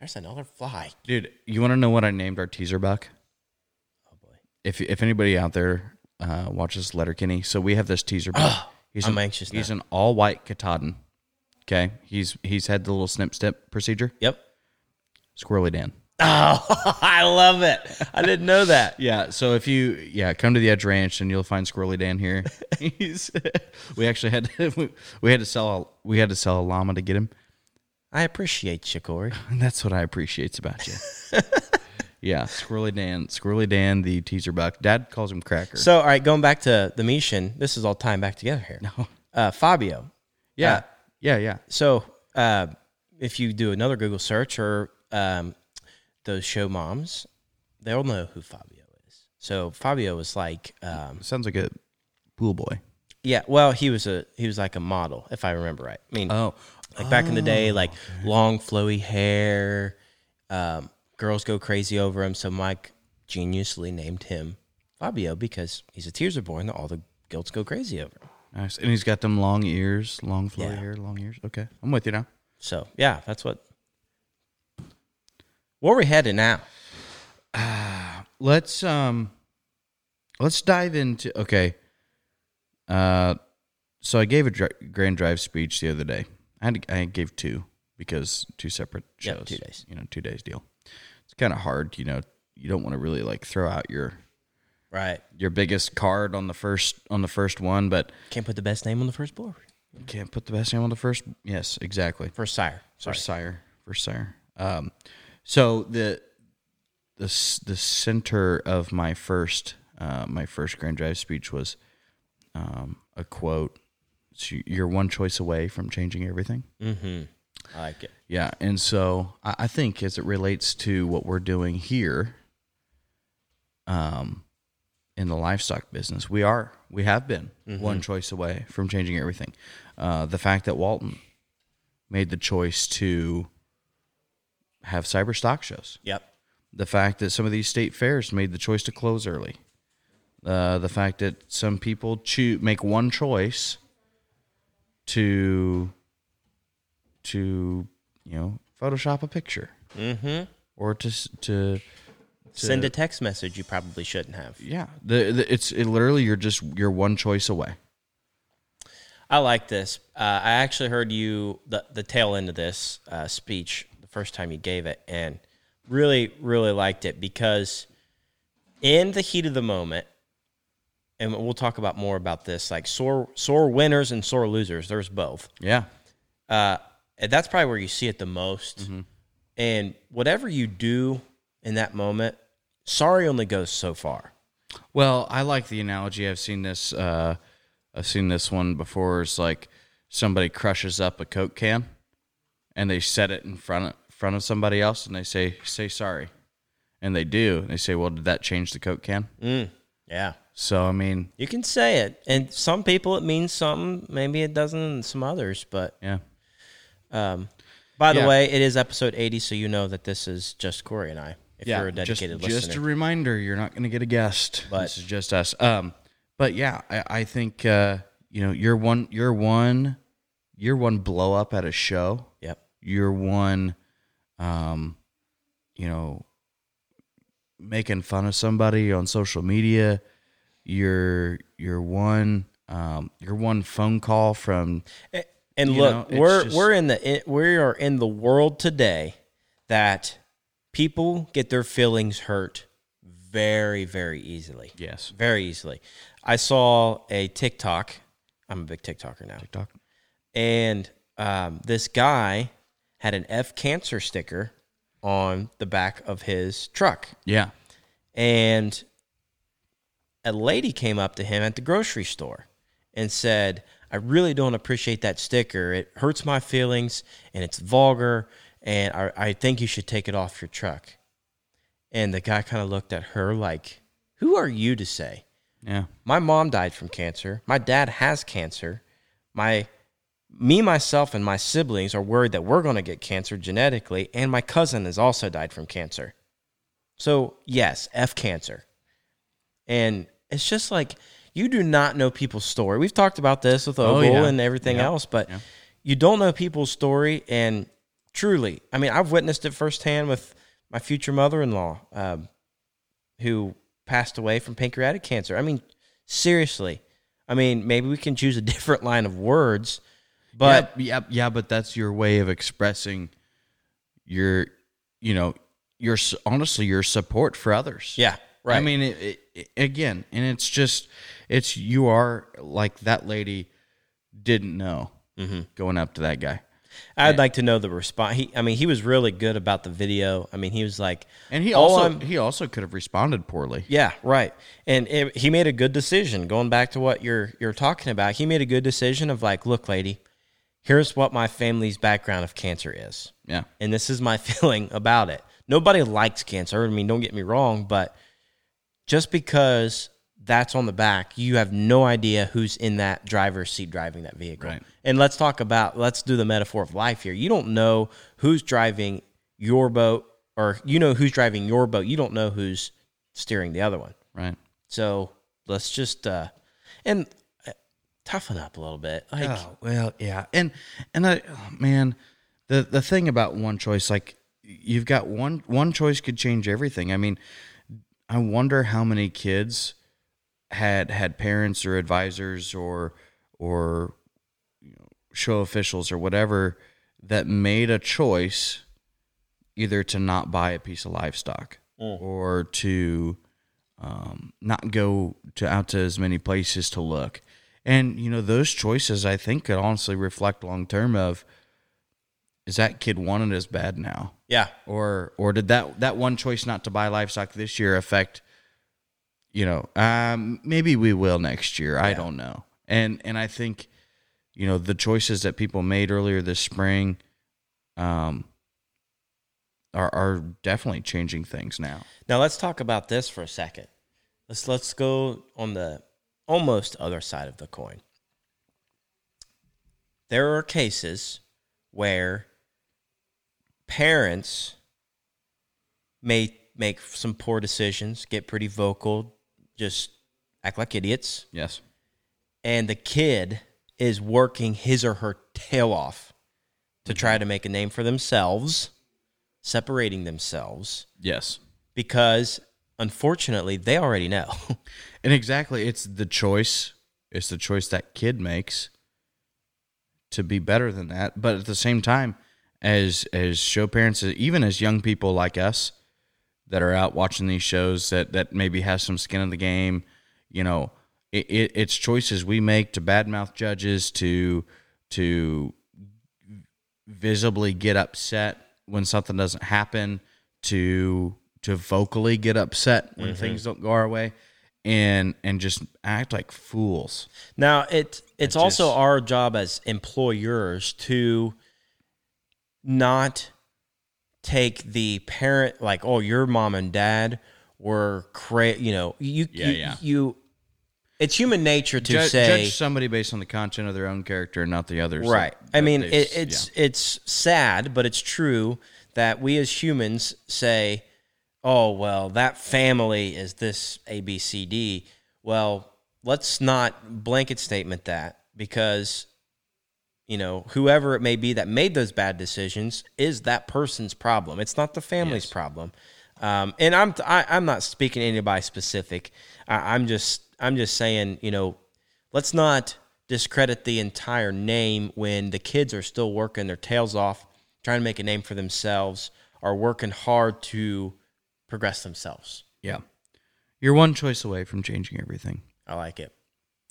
Speaker 2: There's another fly.
Speaker 3: dude. You want to know what I named our teaser buck?
Speaker 2: Oh boy,
Speaker 3: If if anybody out there uh, watches Letterkenny, so we have this teaser buck. He's
Speaker 2: Ah, I'm
Speaker 3: an-
Speaker 2: anxious now.
Speaker 3: He's an all white Katahdin. Okay, he's he's had the little snip snip procedure.
Speaker 2: Yep.
Speaker 3: Squirrely Dan.
Speaker 2: Oh, I love it. I didn't know that.
Speaker 3: Yeah, so if you yeah come to the Edge Ranch and you'll find Squirrely Dan here. He's, we actually had to, we, we had to sell a, we had to sell a llama to get him,
Speaker 2: I appreciate you, Corey.
Speaker 3: and that's what I appreciates about you. yeah, Squirrely Dan, Squirrely Dan, the teaser buck. Dad calls him Cracker.
Speaker 2: So, all right, going back to the Mishan, this is all tying back together here. No. Uh, Fabio.
Speaker 3: yeah,
Speaker 2: uh,
Speaker 3: yeah, yeah.
Speaker 2: So, uh, if you do another Google search or um, those show moms, they'll know who Fabio is. So Fabio was like, um,
Speaker 3: Sounds like a pool boy.
Speaker 2: yeah, well, he was a he was like a model, if I remember right. I mean,
Speaker 3: Oh,
Speaker 2: like back in the day, like long flowy hair. Um, girls go crazy over him. So Mike geniusly named him Fabio because he's a tears are born that all the girls go crazy over him.
Speaker 3: nice. And he's got them long ears, long flowy
Speaker 2: Yeah.
Speaker 3: hair, long ears. Okay, I'm with you now.
Speaker 2: So yeah, that's what. Where we headed now?
Speaker 3: let's um let's dive into okay uh so i gave a dri- grand drive speech the other day i had to, i gave two because two separate
Speaker 2: Yeah,
Speaker 3: shows
Speaker 2: two days.
Speaker 3: you know two days deal it's kind of hard you know you don't want to really like throw out your
Speaker 2: Right.
Speaker 3: your biggest card on the first on the first one but
Speaker 2: Can't put the best name on the first board.
Speaker 3: you can't put the best name on the first yes exactly
Speaker 2: First sire. Sorry.
Speaker 3: First sire. First sire. Um, so the the s- the center of my first uh, my first grand drive speech was um, a quote. So you're one choice away from changing everything.
Speaker 2: I like it.
Speaker 3: Yeah, and so I, I think as it relates to what we're doing here, um, in the livestock business, we are we have been one choice away from changing everything. Uh, the fact that Walton made the choice to have cyber stock shows,
Speaker 2: Yep.
Speaker 3: the fact that some of these state fairs made the choice to close early, uh, the fact that some people choose make one choice to to you know Photoshop a picture
Speaker 2: Mm-hmm.
Speaker 3: or to s- to
Speaker 2: Send a text message you probably shouldn't have.
Speaker 3: yeah the, the it's it literally you're just you're one choice away.
Speaker 2: I like this. Uh, I actually heard you the the tail end of this uh, speech the first time you gave it, and really really liked it because in the heat of the moment, and we'll talk about more about this, like sore sore winners and sore losers. There's both.
Speaker 3: Yeah,
Speaker 2: uh, and that's probably where you see it the most.
Speaker 3: Mm-hmm.
Speaker 2: And whatever you do in that moment, sorry only goes so far.
Speaker 3: Well, I like the analogy. I've seen this uh, I've seen this one before. It's like somebody crushes up a Coke can, and they set it in front of, front of somebody else, and they say say sorry, and they do. And they say, "Well, did that change the Coke can?"
Speaker 2: Mm. Yeah.
Speaker 3: So I mean,
Speaker 2: You can say it. And some people it means something. Maybe it doesn't in some others, but um,
Speaker 3: yeah,
Speaker 2: by the
Speaker 3: Yeah.
Speaker 2: way, it is episode eighty, so you know that this is just Corey and I. If
Speaker 3: yeah.
Speaker 2: you're a dedicated
Speaker 3: just,
Speaker 2: listener.
Speaker 3: just a reminder, you're not going to get a guest.
Speaker 2: But-
Speaker 3: this is just us. Um, but yeah, I, I think uh, you know, you're one, you're one, you're one blow up at a show.
Speaker 2: yep.
Speaker 3: you're one um you know making fun of somebody on social media you're you're one um you're one phone call from
Speaker 2: And, and
Speaker 3: You know,
Speaker 2: look,
Speaker 3: it's
Speaker 2: we're
Speaker 3: just-
Speaker 2: we're in the we are in the world today that people get their feelings hurt very very easily.
Speaker 3: yes
Speaker 2: Very easily. I saw a TikTok. I'm a big TikToker now.
Speaker 3: TikTok.
Speaker 2: And um, this guy had an F cancer sticker on the back of his truck.
Speaker 3: yeah
Speaker 2: And a lady came up to him at the grocery store and said, I really don't appreciate that sticker. It hurts my feelings and it's vulgar. And I, I think you should take it off your truck. And the guy kind of looked at her like, Who are you to say?
Speaker 3: yeah
Speaker 2: my mom died from cancer. My dad has cancer. My me myself and my siblings are worried that we're going to get cancer genetically and my cousin has also died from cancer. So, yes, F cancer. And it's just like you do not know people's story. We've talked about this with Ogle
Speaker 3: Oh, yeah.
Speaker 2: and everything
Speaker 3: Yeah.
Speaker 2: else, but
Speaker 3: Yeah.
Speaker 2: you don't know people's story and truly, I mean, I've witnessed it firsthand with my future mother-in-law. Um who passed away from pancreatic cancer. I mean, seriously. I mean, maybe we can choose a different line of words, but
Speaker 3: yeah, yeah, yeah, but that's your way of expressing your, you know, your s- honestly your support for others.
Speaker 2: Yeah, right.
Speaker 3: I mean, it, it- it, again, and it's just, it's you are like that lady didn't know
Speaker 2: Mm-hmm.
Speaker 3: going up to that guy,
Speaker 2: I'd like to know the response. He, I mean, he was really good about the video. I mean, he was like,
Speaker 3: and he
Speaker 2: "All
Speaker 3: also
Speaker 2: I'm-
Speaker 3: he also could have responded poorly.
Speaker 2: yeah, right. And it, he made a good decision. Going back to what you're you're talking about, he made a good decision of like, look, lady, here's what my family's background of cancer is.
Speaker 3: Yeah,
Speaker 2: and this is my feeling about it. Nobody likes cancer. I mean, don't get me wrong, but just because that's on the back, you have no idea who's in that driver's seat driving that vehicle.
Speaker 3: Right.
Speaker 2: And let's talk about, let's do the metaphor of life here. You don't know who's driving your boat, or you know who's driving your boat. You don't know who's steering the other one.
Speaker 3: right.
Speaker 2: So let's just, uh, and uh, toughen up a little bit. Like,
Speaker 3: Oh well, yeah, and and I, oh, man, the the thing about one choice, like you've got one one choice could change everything. I mean, I wonder how many kids had had parents or advisors or or you know, show officials or whatever that made a choice either to not buy a piece of livestock or to um, not go to out to as many places to look. And you know those choices, I think, could honestly reflect long term of is that kid wanted as bad now,
Speaker 2: yeah.
Speaker 3: or or did that that one choice not to buy livestock this year affect? You know, um, maybe we will next year. I don't know. And and I think, you know, the choices that people made earlier this spring, um, are are definitely changing things now.
Speaker 2: Now let's talk about this for a second. Let's let's go on the almost other side of the coin. There are cases where parents may make some poor decisions, get pretty vocal, just act like idiots,
Speaker 3: Yes.
Speaker 2: and the kid is working his or her tail off to try to make a name for themselves, separating themselves
Speaker 3: Yes.
Speaker 2: because unfortunately they already know.
Speaker 3: And exactly, it's the choice. It's the choice that kid makes to be better than that. But at the same time, as as show parents, even as young people like us that are out watching these shows that that maybe has some skin in the game, you know, it, it, it's choices we make to badmouth judges to to visibly get upset when something doesn't
Speaker 2: Mm-hmm.
Speaker 3: happen to to vocally get upset when things don't go our way and and just act like fools.
Speaker 2: Now it it's also our job as employers to not take the parent like oh your mom and dad were cra you know you
Speaker 3: Yeah,
Speaker 2: you,
Speaker 3: yeah.
Speaker 2: you it's human nature to
Speaker 3: Ju-
Speaker 2: say
Speaker 3: judge somebody based on the content of their own character and not the others. that-
Speaker 2: right I
Speaker 3: that
Speaker 2: mean
Speaker 3: they-
Speaker 2: it, it's it's sad but it's true that we as humans say oh well that family is this a b c d well let's not blanket statement that because you know whoever it may be that made those bad decisions is that person's problem it's not the family's problem um, and i'm I, i'm not speaking to anybody specific I, i'm just i'm just saying you know let's not discredit the entire name when the kids are still working their tails off trying to make a name for themselves are working hard to progress themselves
Speaker 3: yeah. yeah. You're one choice away from changing everything.
Speaker 2: i like it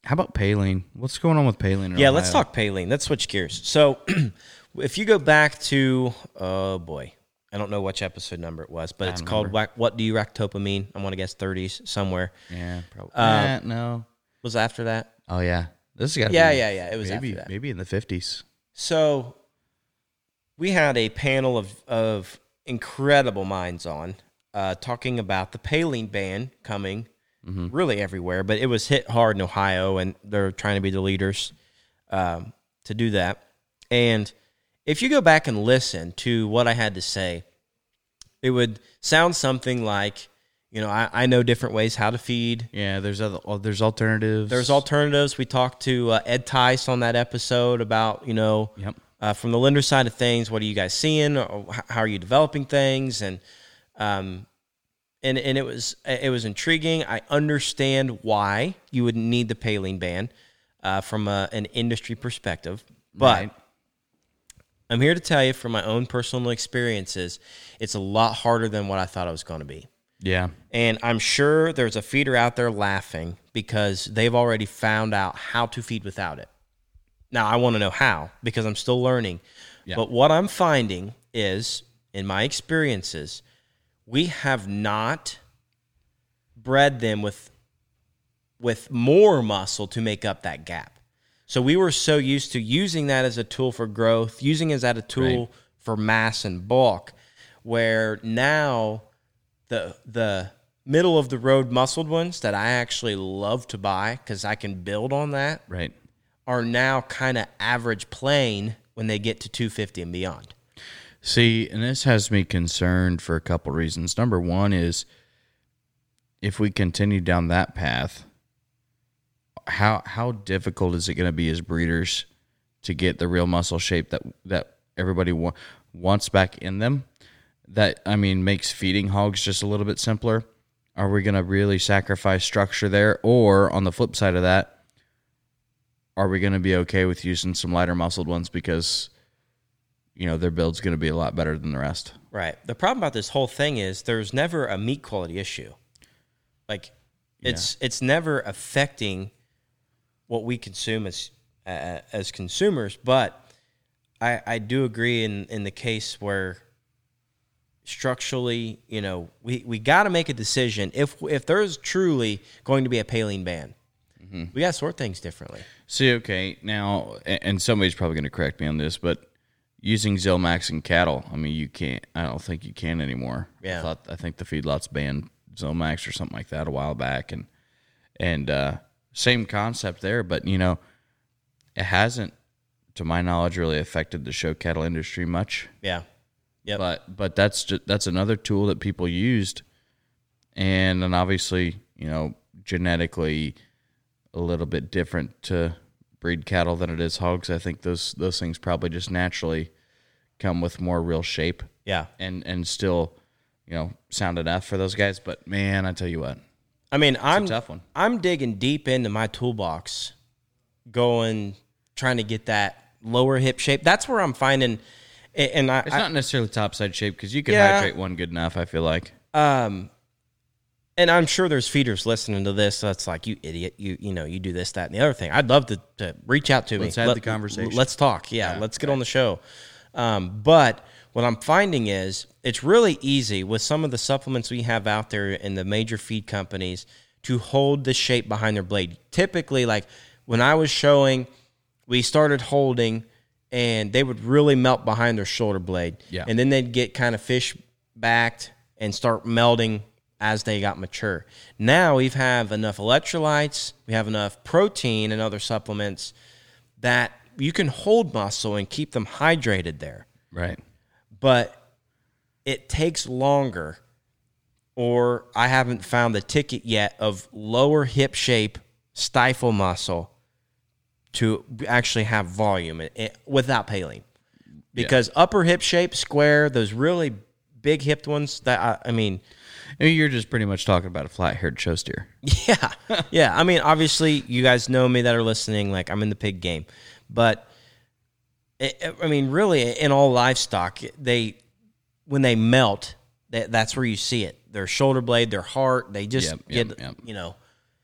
Speaker 3: How about Paling? What's going on with Paling? in
Speaker 2: yeah let's
Speaker 3: Ohio?
Speaker 2: talk Paline. let's switch gears so if you go back to oh boy i don't know which episode number it was but it's called Whack, what do you ractopamine i'm going to guess 30s somewhere
Speaker 3: Yeah, probably.
Speaker 2: Uh,
Speaker 3: Eh, no.
Speaker 2: was after that
Speaker 3: Oh yeah, this has got.
Speaker 2: yeah
Speaker 3: be,
Speaker 2: yeah yeah it was
Speaker 3: maybe
Speaker 2: after that
Speaker 3: maybe in the fifties.
Speaker 2: So we had a panel of, of incredible minds on uh, talking about the Paling ban coming really everywhere, but it was hit hard in Ohio, and they're trying to be the leaders um, to do that. And if you go back and listen to what I had to say, it would sound something like, you know, I, I know different ways how to feed.
Speaker 3: Yeah, there's other oh, there's alternatives.
Speaker 2: There's alternatives. We talked to uh, Ed Tice on that episode about, you know,
Speaker 3: Yep.
Speaker 2: uh, from the lender side of things, what are you guys seeing? Or h- how are you developing things? And, um, and, and it was it was intriguing. I understand why you would need the paling ban uh, from a, an industry perspective, but
Speaker 3: Right.
Speaker 2: I'm here to tell you from my own personal experiences, it's a lot harder than what I thought it was going to be.
Speaker 3: yeah,
Speaker 2: And I'm sure there's a feeder out there laughing because they've already found out how to feed without it. Now, I want to know how because I'm still learning. But what I'm finding is, in my experiences, we have not bred them with with more muscle to make up that gap. So we were so used to using that as a tool for growth, using it as a tool for mass and bulk, where now the the middle of the road muscled ones that I actually love to buy because I can build on that
Speaker 3: right.
Speaker 2: are now kind of average plain when they get to 250 and beyond.
Speaker 3: See, and this has me concerned for a couple reasons. Number one is if we continue down that path, how how difficult is it going to be as breeders to get the real muscle shape that that everybody wa- wants back in them? That I mean makes feeding hogs just a little bit simpler. Are we going to really sacrifice structure there, or on the flip side of that, are we going to be okay with using some lighter muscled ones because you know their build's going to be a lot better than the rest.
Speaker 2: Right. The problem about this whole thing is there's never a meat quality issue. Like it's it's never affecting what we consume as uh, as consumers, but I I do agree in in the case where structurally, you know, we we got to make a decision if if there's truly going to be a paling ban. We got to sort things differently.
Speaker 3: See, okay, now, a- and somebody's probably going to correct me on this, but using Zilmax and cattle, I mean, you can't. I don't think you can anymore.
Speaker 2: Yeah.
Speaker 3: I, thought, I think the feedlots banned Zilmax or something like that a while back, and and uh, same concept there, but you know, it hasn't, to my knowledge, really affected the show cattle industry much.
Speaker 2: Yeah. Yep.
Speaker 3: but but that's just, that's another tool that people used and then obviously you know genetically a little bit different to breed cattle than it is hogs i think those those things probably just naturally come with more real shape
Speaker 2: Yeah.
Speaker 3: and and still you know sound enough for those guys but man i tell you what
Speaker 2: I mean, I'm
Speaker 3: tough one.
Speaker 2: I'm digging deep into my toolbox, going trying to get that lower hip shape. That's where I'm finding, a- and I,
Speaker 3: it's not necessarily topside shape because you can
Speaker 2: Yeah.
Speaker 3: hydrate one good enough i feel like
Speaker 2: I- um, and I'm sure there's feeders listening to this. That's like you idiot. You you know you do this that and the other thing. I'd love to, to reach out to me.
Speaker 3: Let's have the conversation.
Speaker 2: Let's talk. Yeah, let's get on the show. Um, but what I'm finding is it's really easy with some of the supplements we have out there in the major feed companies to hold the shape behind their blade. Typically, like when I was showing, we started holding and they would really melt behind their shoulder blade.
Speaker 3: Yeah.
Speaker 2: And then they'd get kind of fish backed and start melting as they got mature. Now we have enough electrolytes, we have enough protein and other supplements that you can hold muscle and keep them hydrated there
Speaker 3: Right.
Speaker 2: but it takes longer or I haven't found the ticket yet of lower hip shape stifle muscle to actually have volume i- i- without paling because upper hip shape square those really big hipped ones that I, I mean
Speaker 3: I mean, you're just pretty much talking about a flat haired show steer.
Speaker 2: yeah yeah I mean obviously you guys know me that are listening like I'm in the pig game but i I mean really in all livestock they when they melt, that that's where you see it. Their shoulder blade, their heart, they just
Speaker 3: Yep,
Speaker 2: get
Speaker 3: yep, yep.
Speaker 2: you know.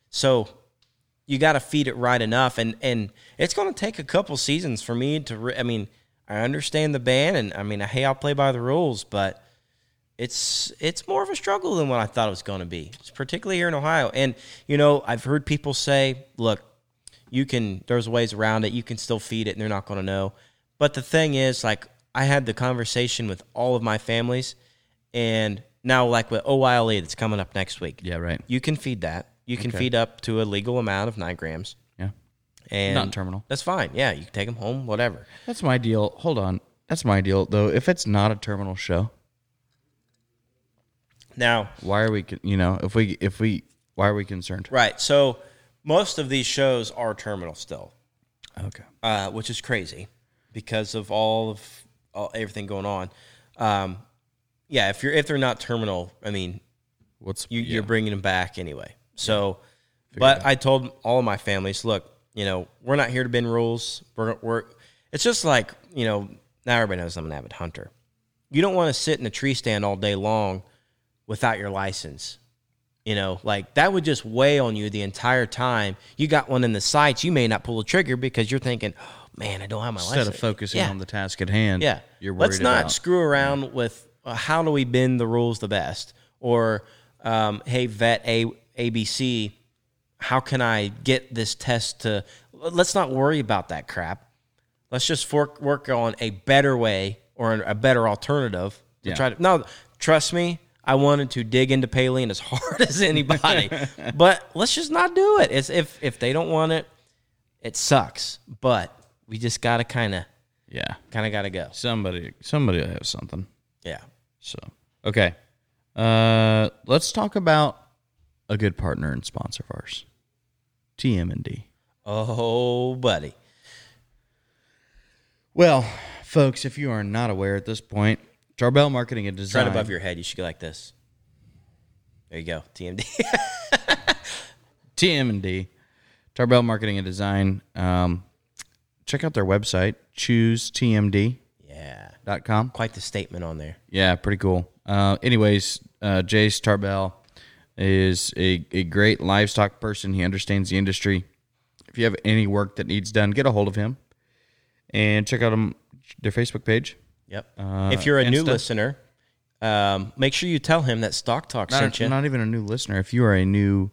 Speaker 2: So you got to feed it right enough, and and it's going to take a couple seasons for me to. Re- I mean, I understand the ban, and I mean, hey, I'll play by the rules, but it's it's more of a struggle than what I thought it was going to be, particularly here in Ohio. And you know, I've heard people say, look, you can there's ways around it you can still feed it and they're not going to know but the thing is like i had the conversation with all of my families and now like with oyle E that's coming up next week
Speaker 3: Yeah, right.
Speaker 2: you can feed that you can feed up to a legal amount of nine grams
Speaker 3: Yeah.
Speaker 2: and
Speaker 3: Non-terminal.
Speaker 2: that's fine yeah you can take them home whatever
Speaker 3: That's my deal. Hold on. That's my deal, though. If it's not a terminal show,
Speaker 2: now
Speaker 3: why are we, con- you know, if we, if we, why are we concerned?
Speaker 2: right so most of these shows are terminal still
Speaker 3: Okay.
Speaker 2: uh, which is crazy because of all of all, everything going on. Um, yeah, if you're if they're not terminal, I mean,
Speaker 3: What's,
Speaker 2: you, you're bringing them back anyway. So, but I told all of my families, look, you know, we're not here to bend rules. We're we're it's just like you know now everybody knows I'm an avid hunter. You don't want to sit in a tree stand all day long without your license. You know, like that would just weigh on you the entire time. You got one in the sights, you may not pull a trigger because you're thinking, oh, "Man, I don't have my license."
Speaker 3: instead of focusing
Speaker 2: Yeah.
Speaker 3: on the task at hand,
Speaker 2: Yeah.
Speaker 3: you're worried
Speaker 2: Let's not
Speaker 3: about-
Speaker 2: screw around with uh, how do we bend the rules the best or um, hey vet a ABC how can I get this test to let's not worry about that crap. Let's just fork, work on a better way or an- a better alternative to
Speaker 3: Yeah.
Speaker 2: try to Now trust me I wanted to dig into Palin as hard as anybody, but let's just not do it. It's if if they don't want it, it sucks. But we just gotta kind of
Speaker 3: Yeah.
Speaker 2: kind of gotta go.
Speaker 3: Somebody, somebody will have something.
Speaker 2: Yeah.
Speaker 3: So, okay. Uh, let's talk about a good partner and sponsor of ours, TM&D.
Speaker 2: Oh, buddy.
Speaker 3: Well, folks, if you are not aware at this point, Jarbel Marketing and
Speaker 2: Right
Speaker 3: Design.
Speaker 2: above your head. You should go like this. There you go. TMD.
Speaker 3: TM&D, Tarbell Marketing and Design. Um, check out their website, choosetmd.com.
Speaker 2: yeah. Quite the statement on there.
Speaker 3: Yeah, pretty cool. Uh, anyways, uh, Jace Tarbell is a, a great livestock person. He understands the industry. If you have any work that needs done, get a hold of him and check out him, their Facebook page.
Speaker 2: Yep. if you're a new
Speaker 3: Uh, Insta?
Speaker 2: listener, um, make sure you tell him that Stock Talk
Speaker 3: Not,
Speaker 2: sent you.
Speaker 3: not even a new listener. If you are a new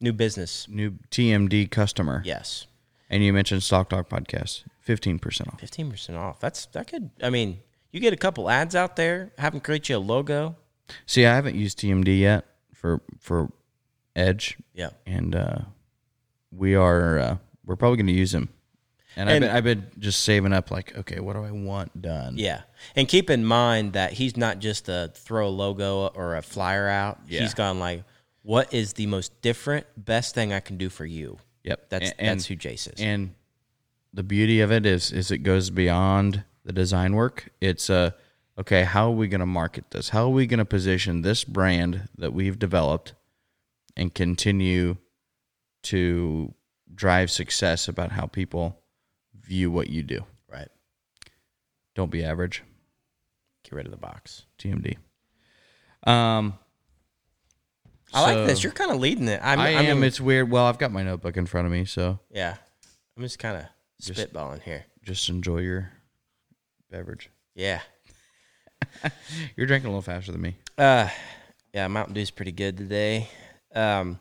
Speaker 2: new business.
Speaker 3: new TMD customer
Speaker 2: Yes.
Speaker 3: and you mentioned Stock Talk Podcast, 15% off.
Speaker 2: 15% off. That's that could I mean, you get a couple ads out there, have them create you a logo.
Speaker 3: See, I haven't used TMD yet for for Edge,
Speaker 2: Yeah.
Speaker 3: and uh, we are uh, we're probably going to use them. And,
Speaker 2: And-
Speaker 3: I've, been, I've been just saving up, like, okay, what do I want done?
Speaker 2: Yeah. And keep in mind that he's not just a throw a logo or a flyer out.
Speaker 3: Yeah.
Speaker 2: He's gone like, what is the most different, best thing I can do for you?
Speaker 3: Yep,
Speaker 2: That's
Speaker 3: A- and,
Speaker 2: that's who Jace is.
Speaker 3: And the beauty of it is, is it goes beyond the design work. It's uh, okay, how are we going to market this? How are we going to position this brand that we've developed and continue to drive success about how people view what you do?
Speaker 2: right.
Speaker 3: Don't be average.
Speaker 2: Get rid of the box.
Speaker 3: TMD. Um,
Speaker 2: I
Speaker 3: So-
Speaker 2: like this. You're kind of leading it. I'm,
Speaker 3: I
Speaker 2: I'm-
Speaker 3: am. It's weird. Well, I've got my notebook in front of me, so
Speaker 2: yeah. I'm just kind of spitballing here.
Speaker 3: just enjoy your beverage.
Speaker 2: Yeah.
Speaker 3: You're drinking a little faster than me.
Speaker 2: Uh, yeah. Mountain Dew's pretty good today. Um,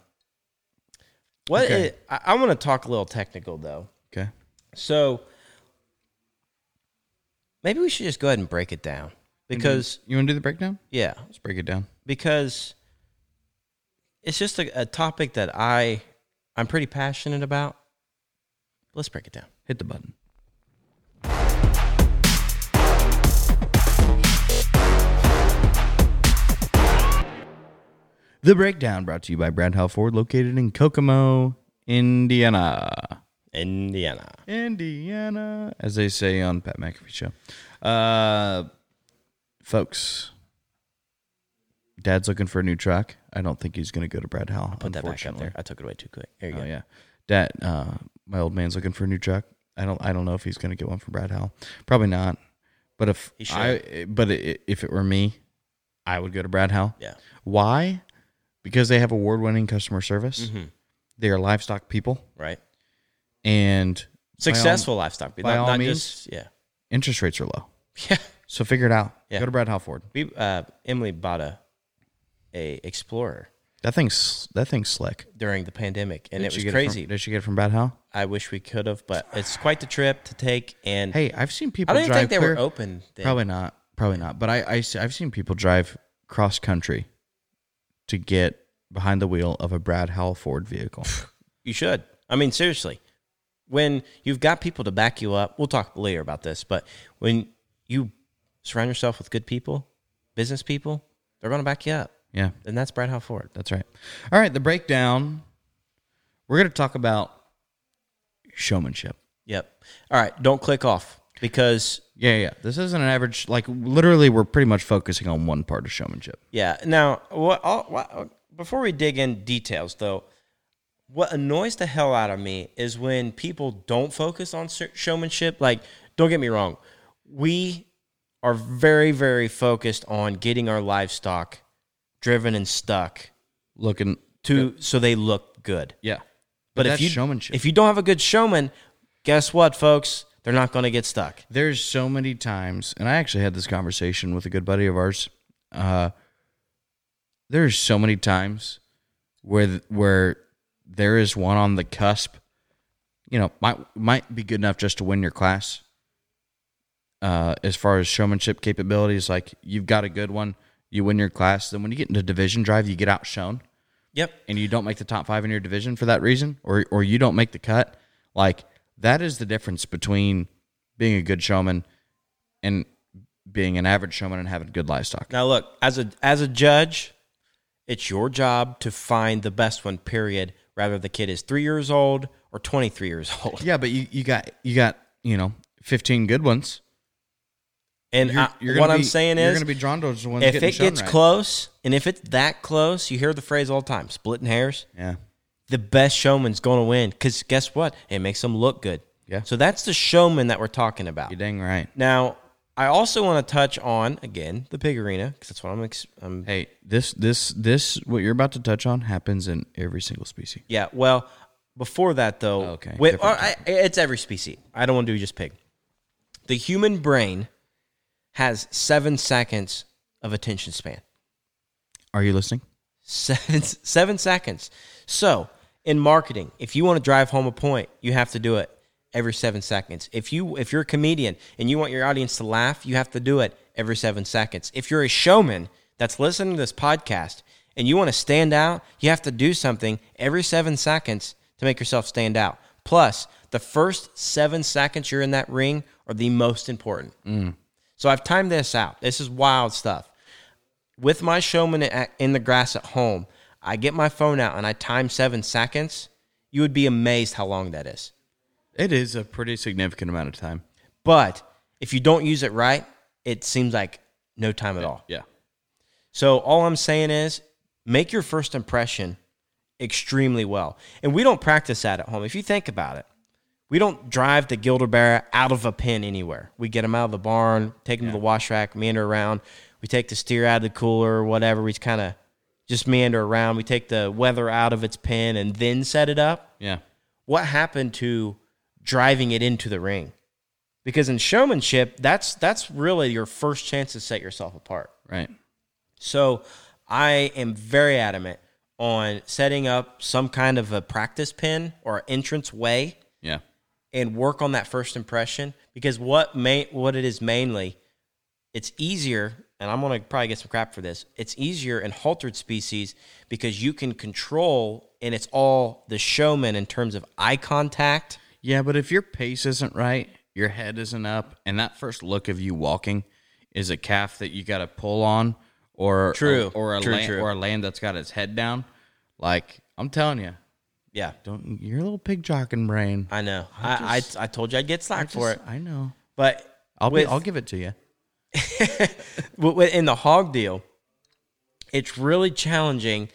Speaker 2: What
Speaker 3: Okay.
Speaker 2: it- I, I want to talk a little technical though.
Speaker 3: Okay.
Speaker 2: So maybe we should just go ahead and break it
Speaker 3: Mm-hmm.
Speaker 2: down because
Speaker 3: You want to do the breakdown?
Speaker 2: yeah,
Speaker 3: Let's break it down.
Speaker 2: because it's just a, a topic that I I'm pretty passionate about. Let's break it down.
Speaker 3: Hit the button. The breakdown brought to you by Brad Halford, located in Kokomo, Indiana.
Speaker 2: Indiana.
Speaker 3: Indiana, as they say on Pat McAfee show. Uh, folks, Dad's looking for a new truck. I don't think he's going to go to Brad Hal.
Speaker 2: Put that back up
Speaker 3: unfortunately.
Speaker 2: there. I took it away too quick. There you
Speaker 3: Oh
Speaker 2: go.
Speaker 3: yeah, Dad. Uh, my old man's looking for a new truck. I don't. I don't know if he's going to get one from Brad Howell. Probably not. But if
Speaker 2: He should.
Speaker 3: I, but i if it were me, I would go to Brad Howell.
Speaker 2: Yeah.
Speaker 3: Why? Because they have award-winning customer service.
Speaker 2: Mm-hmm.
Speaker 3: They are livestock people,
Speaker 2: Right.
Speaker 3: and
Speaker 2: Successful livestock.
Speaker 3: by
Speaker 2: not,
Speaker 3: all
Speaker 2: not
Speaker 3: means.
Speaker 2: just yeah.
Speaker 3: interest rates are low.
Speaker 2: Yeah.
Speaker 3: So figure it out.
Speaker 2: Yeah.
Speaker 3: Go to Brad Howell Ford.
Speaker 2: We uh, Emily bought a a explorer
Speaker 3: That thing's that thing's slick.
Speaker 2: during the pandemic and
Speaker 3: Did
Speaker 2: it
Speaker 3: she
Speaker 2: was
Speaker 3: get from-
Speaker 2: crazy.
Speaker 3: did she get it from Brad Howell?
Speaker 2: I wish we could have, but it's quite the trip to take and
Speaker 3: Hey, I've seen people.
Speaker 2: I don't even
Speaker 3: drive
Speaker 2: think they
Speaker 3: clear.
Speaker 2: were open then.
Speaker 3: Probably not. Probably not. But I, I have seen people drive cross country to get behind the wheel of a Brad Howell Ford vehicle.
Speaker 2: You should. I mean, seriously, when you've got people to back you up, we'll talk later about this, but when you surround yourself with good people, business people, they're going to back you up.
Speaker 3: yeah,
Speaker 2: And that's Brad Howe Ford.
Speaker 3: that's right. All right, the breakdown. We're going to talk about showmanship.
Speaker 2: Yep. All right. Don't click off because,
Speaker 3: Yeah, yeah. This isn't an average. Like literally, we're pretty much focusing on one part of showmanship.
Speaker 2: yeah. Now, what, all, what, before we dig in details, though, what annoys the hell out of me is when people don't focus on ser- showmanship. Like, don't get me wrong, we are very, very focused on getting our livestock driven and stuck
Speaker 3: Looking
Speaker 2: to so they look good.
Speaker 3: yeah,
Speaker 2: But, if
Speaker 3: that's
Speaker 2: you
Speaker 3: showmanship.
Speaker 2: if you don't have a good showman, guess what, folks? They're not going to get stuck.
Speaker 3: there's so many times, and I actually had this conversation with a good buddy of ours. Uh, there's so many times where th- where there is one on the cusp, you know, might might be good enough just to win your class. Uh, as far as showmanship capabilities, like you've got a good one, you win your class. Then when you get into division drive, you get outshone
Speaker 2: Yep.
Speaker 3: and you don't make the top five in your division for that reason, or or you don't make the cut, like that is the difference between being a good showman and being an average showman and having good livestock.
Speaker 2: Now look, as a as a judge, it's your job to find the best one. Period. Whether the kid is three years old or twenty three years old,
Speaker 3: Yeah, but you, you got you got you know fifteen good ones.
Speaker 2: and I-
Speaker 3: gonna
Speaker 2: what
Speaker 3: be-
Speaker 2: I'm saying
Speaker 3: you're
Speaker 2: is,
Speaker 3: going to be drawn towards the ones
Speaker 2: if
Speaker 3: getting
Speaker 2: it
Speaker 3: shown
Speaker 2: gets
Speaker 3: right.
Speaker 2: close, and if it's that close, you hear the phrase all the time: splitting hairs.
Speaker 3: Yeah,
Speaker 2: the best showman's going to win because guess what? It makes them look good.
Speaker 3: Yeah.
Speaker 2: So that's the showman that we're talking about.
Speaker 3: you dang right.
Speaker 2: Now, I also want to touch on again the pig arena because that's what I'm. Ex- I'm
Speaker 3: Hey, this this this what you're about to touch on happens in every single species.
Speaker 2: yeah. Well, before that though,
Speaker 3: Okay,
Speaker 2: With,
Speaker 3: different
Speaker 2: or I, it's every species. I don't want to do just pig. The human brain has seven seconds of attention span.
Speaker 3: Are you listening?
Speaker 2: Seven, seven seconds. So, in marketing, if you want to drive home a point, you have to do it every seven seconds. If you if you're a comedian and you want your audience to laugh, you have to do it every seven seconds. If you're a showman that's listening to this podcast and you want to stand out, you have to do something every seven seconds to make yourself stand out. Plus, the first seven seconds you're in that ring are the most important. So I've timed this out. This is wild stuff with my showman at, in the grass at home, I get my phone out and I time seven seconds. You would be amazed how long that is.
Speaker 3: It is a pretty significant amount of time.
Speaker 2: But if you don't use it right, it seems like no time at all.
Speaker 3: Yeah.
Speaker 2: So all I'm saying is make your first impression extremely well. And we don't practice that at home. If you think about it, we don't drive the Gilder Bear out of a pen anywhere. We get them out of the barn, take them to the wash rack, meander around. We take the steer out of the cooler or whatever. We kind of just meander around. We take the weather out of its pen and then set it up
Speaker 3: Yeah.
Speaker 2: what happened to driving it into the ring? Because in showmanship, that's that's really your first chance to set yourself apart.
Speaker 3: Right.
Speaker 2: So I am very adamant on setting up some kind of a practice pin or entrance way
Speaker 3: Yeah.
Speaker 2: and work on that first impression because what may what it is mainly it's easier and i'm going to probably get some crap for this it's easier in haltered species because you can control and it's all the showman in terms of eye contact
Speaker 3: Yeah, but if your pace isn't right, your head isn't up, and that first look of you walking is a calf that you got to pull on, or
Speaker 2: True.
Speaker 3: or, a
Speaker 2: True,
Speaker 3: lamb,
Speaker 2: true.
Speaker 3: or a lamb that's got its head down, like I'm telling you,
Speaker 2: yeah
Speaker 3: don't you're a little pig jocking brain.
Speaker 2: i know i I, I told you i'd get slack for it
Speaker 3: I know.
Speaker 2: but
Speaker 3: I'll be,
Speaker 2: with-
Speaker 3: I'll give it to you.
Speaker 2: But with- in the hog deal, it's really challenging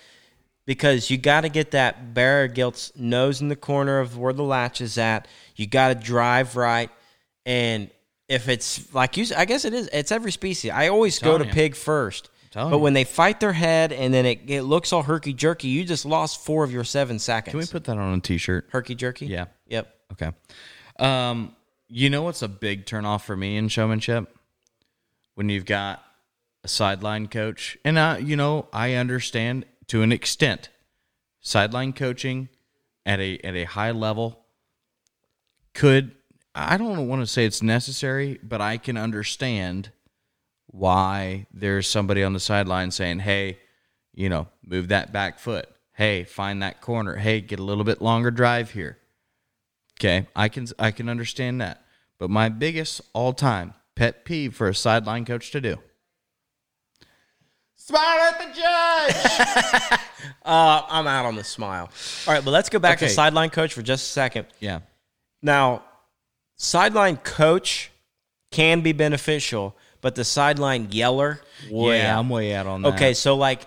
Speaker 2: because you got to get that bearer gilt's nose in the corner of where the latch is at. You got to drive right, and if it's like you, s- I guess it is. It's every species. I always go
Speaker 3: telling
Speaker 2: to
Speaker 3: you.
Speaker 2: pig first,
Speaker 3: telling
Speaker 2: but
Speaker 3: you.
Speaker 2: when they fight their head and then it, it looks all herky jerky, you just lost four of your seven seconds.
Speaker 3: Can we put that on a t-shirt?
Speaker 2: herky jerky?
Speaker 3: Yeah.
Speaker 2: Yep.
Speaker 3: Okay. Um, you know what's a big turnoff for me in showmanship? When you've got a sideline coach, and I, you know, I understand to an extent, sideline coaching at a at a high level could I don't want to say it's necessary, but I can understand why there's somebody on the sideline saying, "Hey, you know, move that back foot. Hey, find that corner. Hey, get a little bit longer drive here." Okay, I can I can understand that. But my biggest all time pet peeve for a sideline coach to do. Smile at the judge.
Speaker 2: Uh, I'm out on the smile. All right, but let's go back
Speaker 3: Okay.
Speaker 2: to sideline coach for just a second.
Speaker 3: yeah.
Speaker 2: Now, sideline coach can be beneficial, but the sideline yeller, way
Speaker 3: yeah,
Speaker 2: out.
Speaker 3: I'm way out on that.
Speaker 2: okay. So like,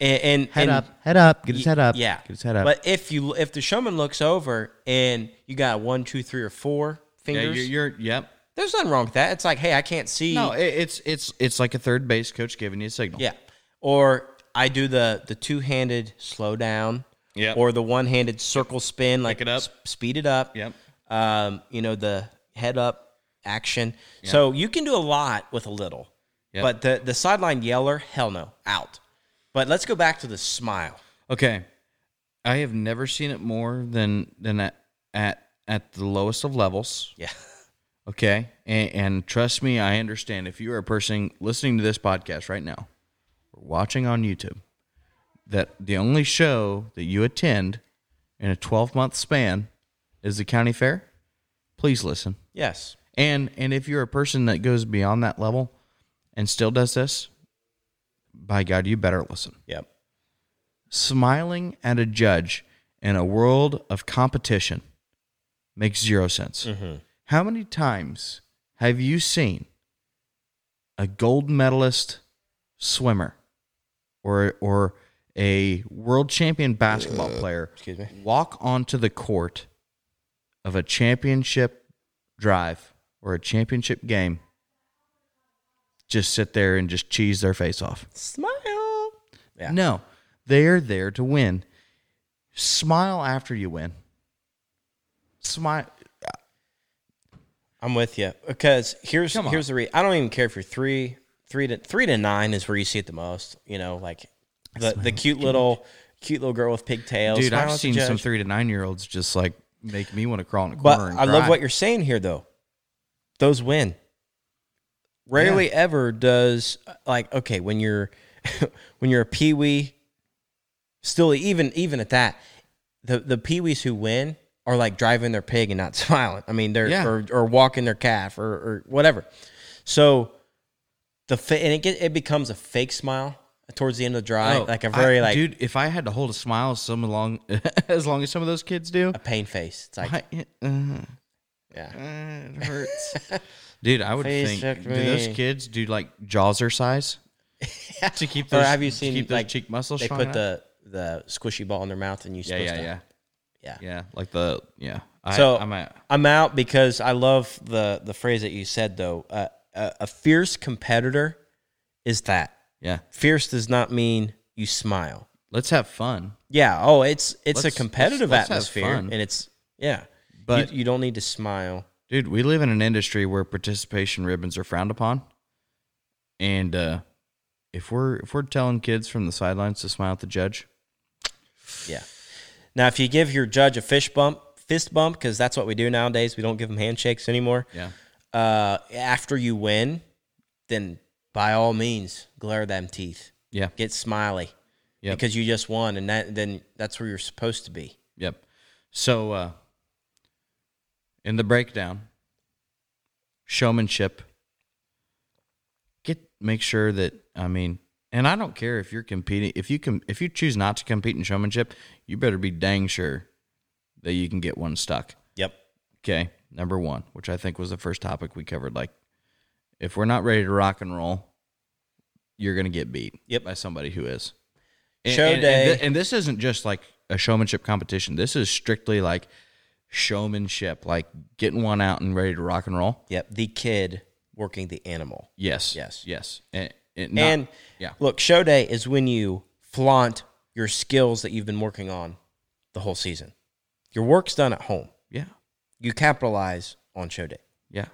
Speaker 2: and, and
Speaker 3: Head
Speaker 2: and-
Speaker 3: up. Head up. Get his head up.
Speaker 2: yeah,
Speaker 3: Get his head up.
Speaker 2: But if you if the showman looks over and you got one, two, three, or four
Speaker 3: yeah, you're,
Speaker 2: fingers,
Speaker 3: you're yep.
Speaker 2: there's nothing wrong with that. It's like, hey, I can't see.
Speaker 3: No, it, it's it's it's like a third base coach giving you a signal.
Speaker 2: Yeah. Or I do the the two handed slow down.
Speaker 3: Yeah.
Speaker 2: Or the one handed circle spin, like
Speaker 3: it up.
Speaker 2: s- speed it up.
Speaker 3: Yep.
Speaker 2: Um, you know the head up action. So you can do a lot with a little.
Speaker 3: Yep.
Speaker 2: But the the sideline yeller, hell no, out. But let's go back to the smile.
Speaker 3: Okay. I have never seen it more than than at at at the lowest of levels.
Speaker 2: Yeah.
Speaker 3: Okay. And, and trust me, I understand if you are a person listening to this podcast right now or watching on YouTube, that the only show that you attend in a 12 month span is the county fair, please listen.
Speaker 2: Yes.
Speaker 3: And, and if you're a person that goes beyond that level and still does this, by God, you better listen.
Speaker 2: Yep.
Speaker 3: Smiling at a judge in a world of competition makes zero sense.
Speaker 2: Mm-hmm.
Speaker 3: How many times have you seen a gold medalist swimmer or or a world champion basketball player
Speaker 2: Uh, excuse me.
Speaker 3: walk onto the court of a championship drive or a championship game just sit there and just cheese their face off?
Speaker 2: Smile. Yeah.
Speaker 3: No, they're there to win. Smile after you win. Smile.
Speaker 2: I'm with you because here's
Speaker 3: Come on.
Speaker 2: here's the re- I don't even care if you're three three to three to nine is where you see it the most. You know, like the the cute little cute little girl with pigtails.
Speaker 3: Dude,
Speaker 2: Smile at
Speaker 3: I've
Speaker 2: the
Speaker 3: seen some
Speaker 2: judge.
Speaker 3: three to nine year olds just like make me want to crawl in a
Speaker 2: But
Speaker 3: corner. and
Speaker 2: I love
Speaker 3: cry.
Speaker 2: what you're saying here, though. Those win. Rarely ever does like okay when you're when you're a peewee. Still, even even at that, the the peewees who win are like driving their pig and not smiling. I mean, they're
Speaker 3: Yeah.
Speaker 2: or, or walking their calf or or whatever. So the fa- and it get, it becomes a fake smile towards the end of the drive,
Speaker 3: Oh,
Speaker 2: like a very
Speaker 3: I-
Speaker 2: like
Speaker 3: dude. If I had to hold a smile as some long as long as some of those kids do,
Speaker 2: a pain face. It's like
Speaker 3: I, it, uh,
Speaker 2: yeah.
Speaker 3: uh, it hurts. dude, I would
Speaker 2: Please
Speaker 3: think
Speaker 2: check
Speaker 3: do those
Speaker 2: me.
Speaker 3: kids do like Jawser size to keep
Speaker 2: Or
Speaker 3: those
Speaker 2: have you
Speaker 3: to
Speaker 2: seen
Speaker 3: keep those
Speaker 2: like
Speaker 3: cheek muscles?
Speaker 2: They
Speaker 3: strong
Speaker 2: put
Speaker 3: enough?
Speaker 2: the the squishy ball in their mouth and you
Speaker 3: yeah
Speaker 2: squish
Speaker 3: yeah
Speaker 2: that.
Speaker 3: yeah
Speaker 2: Yeah.
Speaker 3: yeah like the yeah. I,
Speaker 2: So
Speaker 3: I'm a,
Speaker 2: I'm out because I love the the phrase that you said though. Uh, a, a fierce competitor is that.
Speaker 3: yeah.
Speaker 2: Fierce does not mean you smile.
Speaker 3: Let's have fun.
Speaker 2: Yeah. Oh, it's it's
Speaker 3: Let's-
Speaker 2: a competitive
Speaker 3: let's- let's have
Speaker 2: atmosphere,
Speaker 3: fun.
Speaker 2: and it's yeah.
Speaker 3: But-
Speaker 2: But you, you don't need to smile.
Speaker 3: Dude, we live in an industry where participation ribbons are frowned upon. And uh, if we're if we're telling kids from the sidelines to smile at the judge,
Speaker 2: Yeah. Now, if you give your judge a fish bump, fist bump, because that's what we do nowadays, we don't give them handshakes anymore.
Speaker 3: Yeah.
Speaker 2: Uh, after you win, then by all means, glare them teeth,
Speaker 3: Yeah.
Speaker 2: get smiley,
Speaker 3: Yep.
Speaker 2: because you just won, and that then that's where you're supposed to be.
Speaker 3: Yep. So uh, in the breakdown, showmanship. Get make sure that I mean, and I don't care if you're competing. If you can, if you choose not to compete in showmanship, you better be dang sure that you can get one stuck.
Speaker 2: Yep.
Speaker 3: Okay, number one, which I think was the first topic we covered. Like, if we're not ready to rock and roll, you're gonna get beat
Speaker 2: Yep.
Speaker 3: by somebody who is.
Speaker 2: Show
Speaker 3: and, thi-
Speaker 2: day.
Speaker 3: and this isn't just like a showmanship competition. This is strictly like showmanship, like getting one out and ready to rock and roll.
Speaker 2: Yep. The kid working the animal.
Speaker 3: Yes,
Speaker 2: Yes.
Speaker 3: yes, and, and, not-
Speaker 2: and
Speaker 3: yeah,
Speaker 2: look, show day is when you flaunt your skills that you've been working on the whole season. Your work's done at home.
Speaker 3: yeah,
Speaker 2: You capitalize on show day.
Speaker 3: yeah.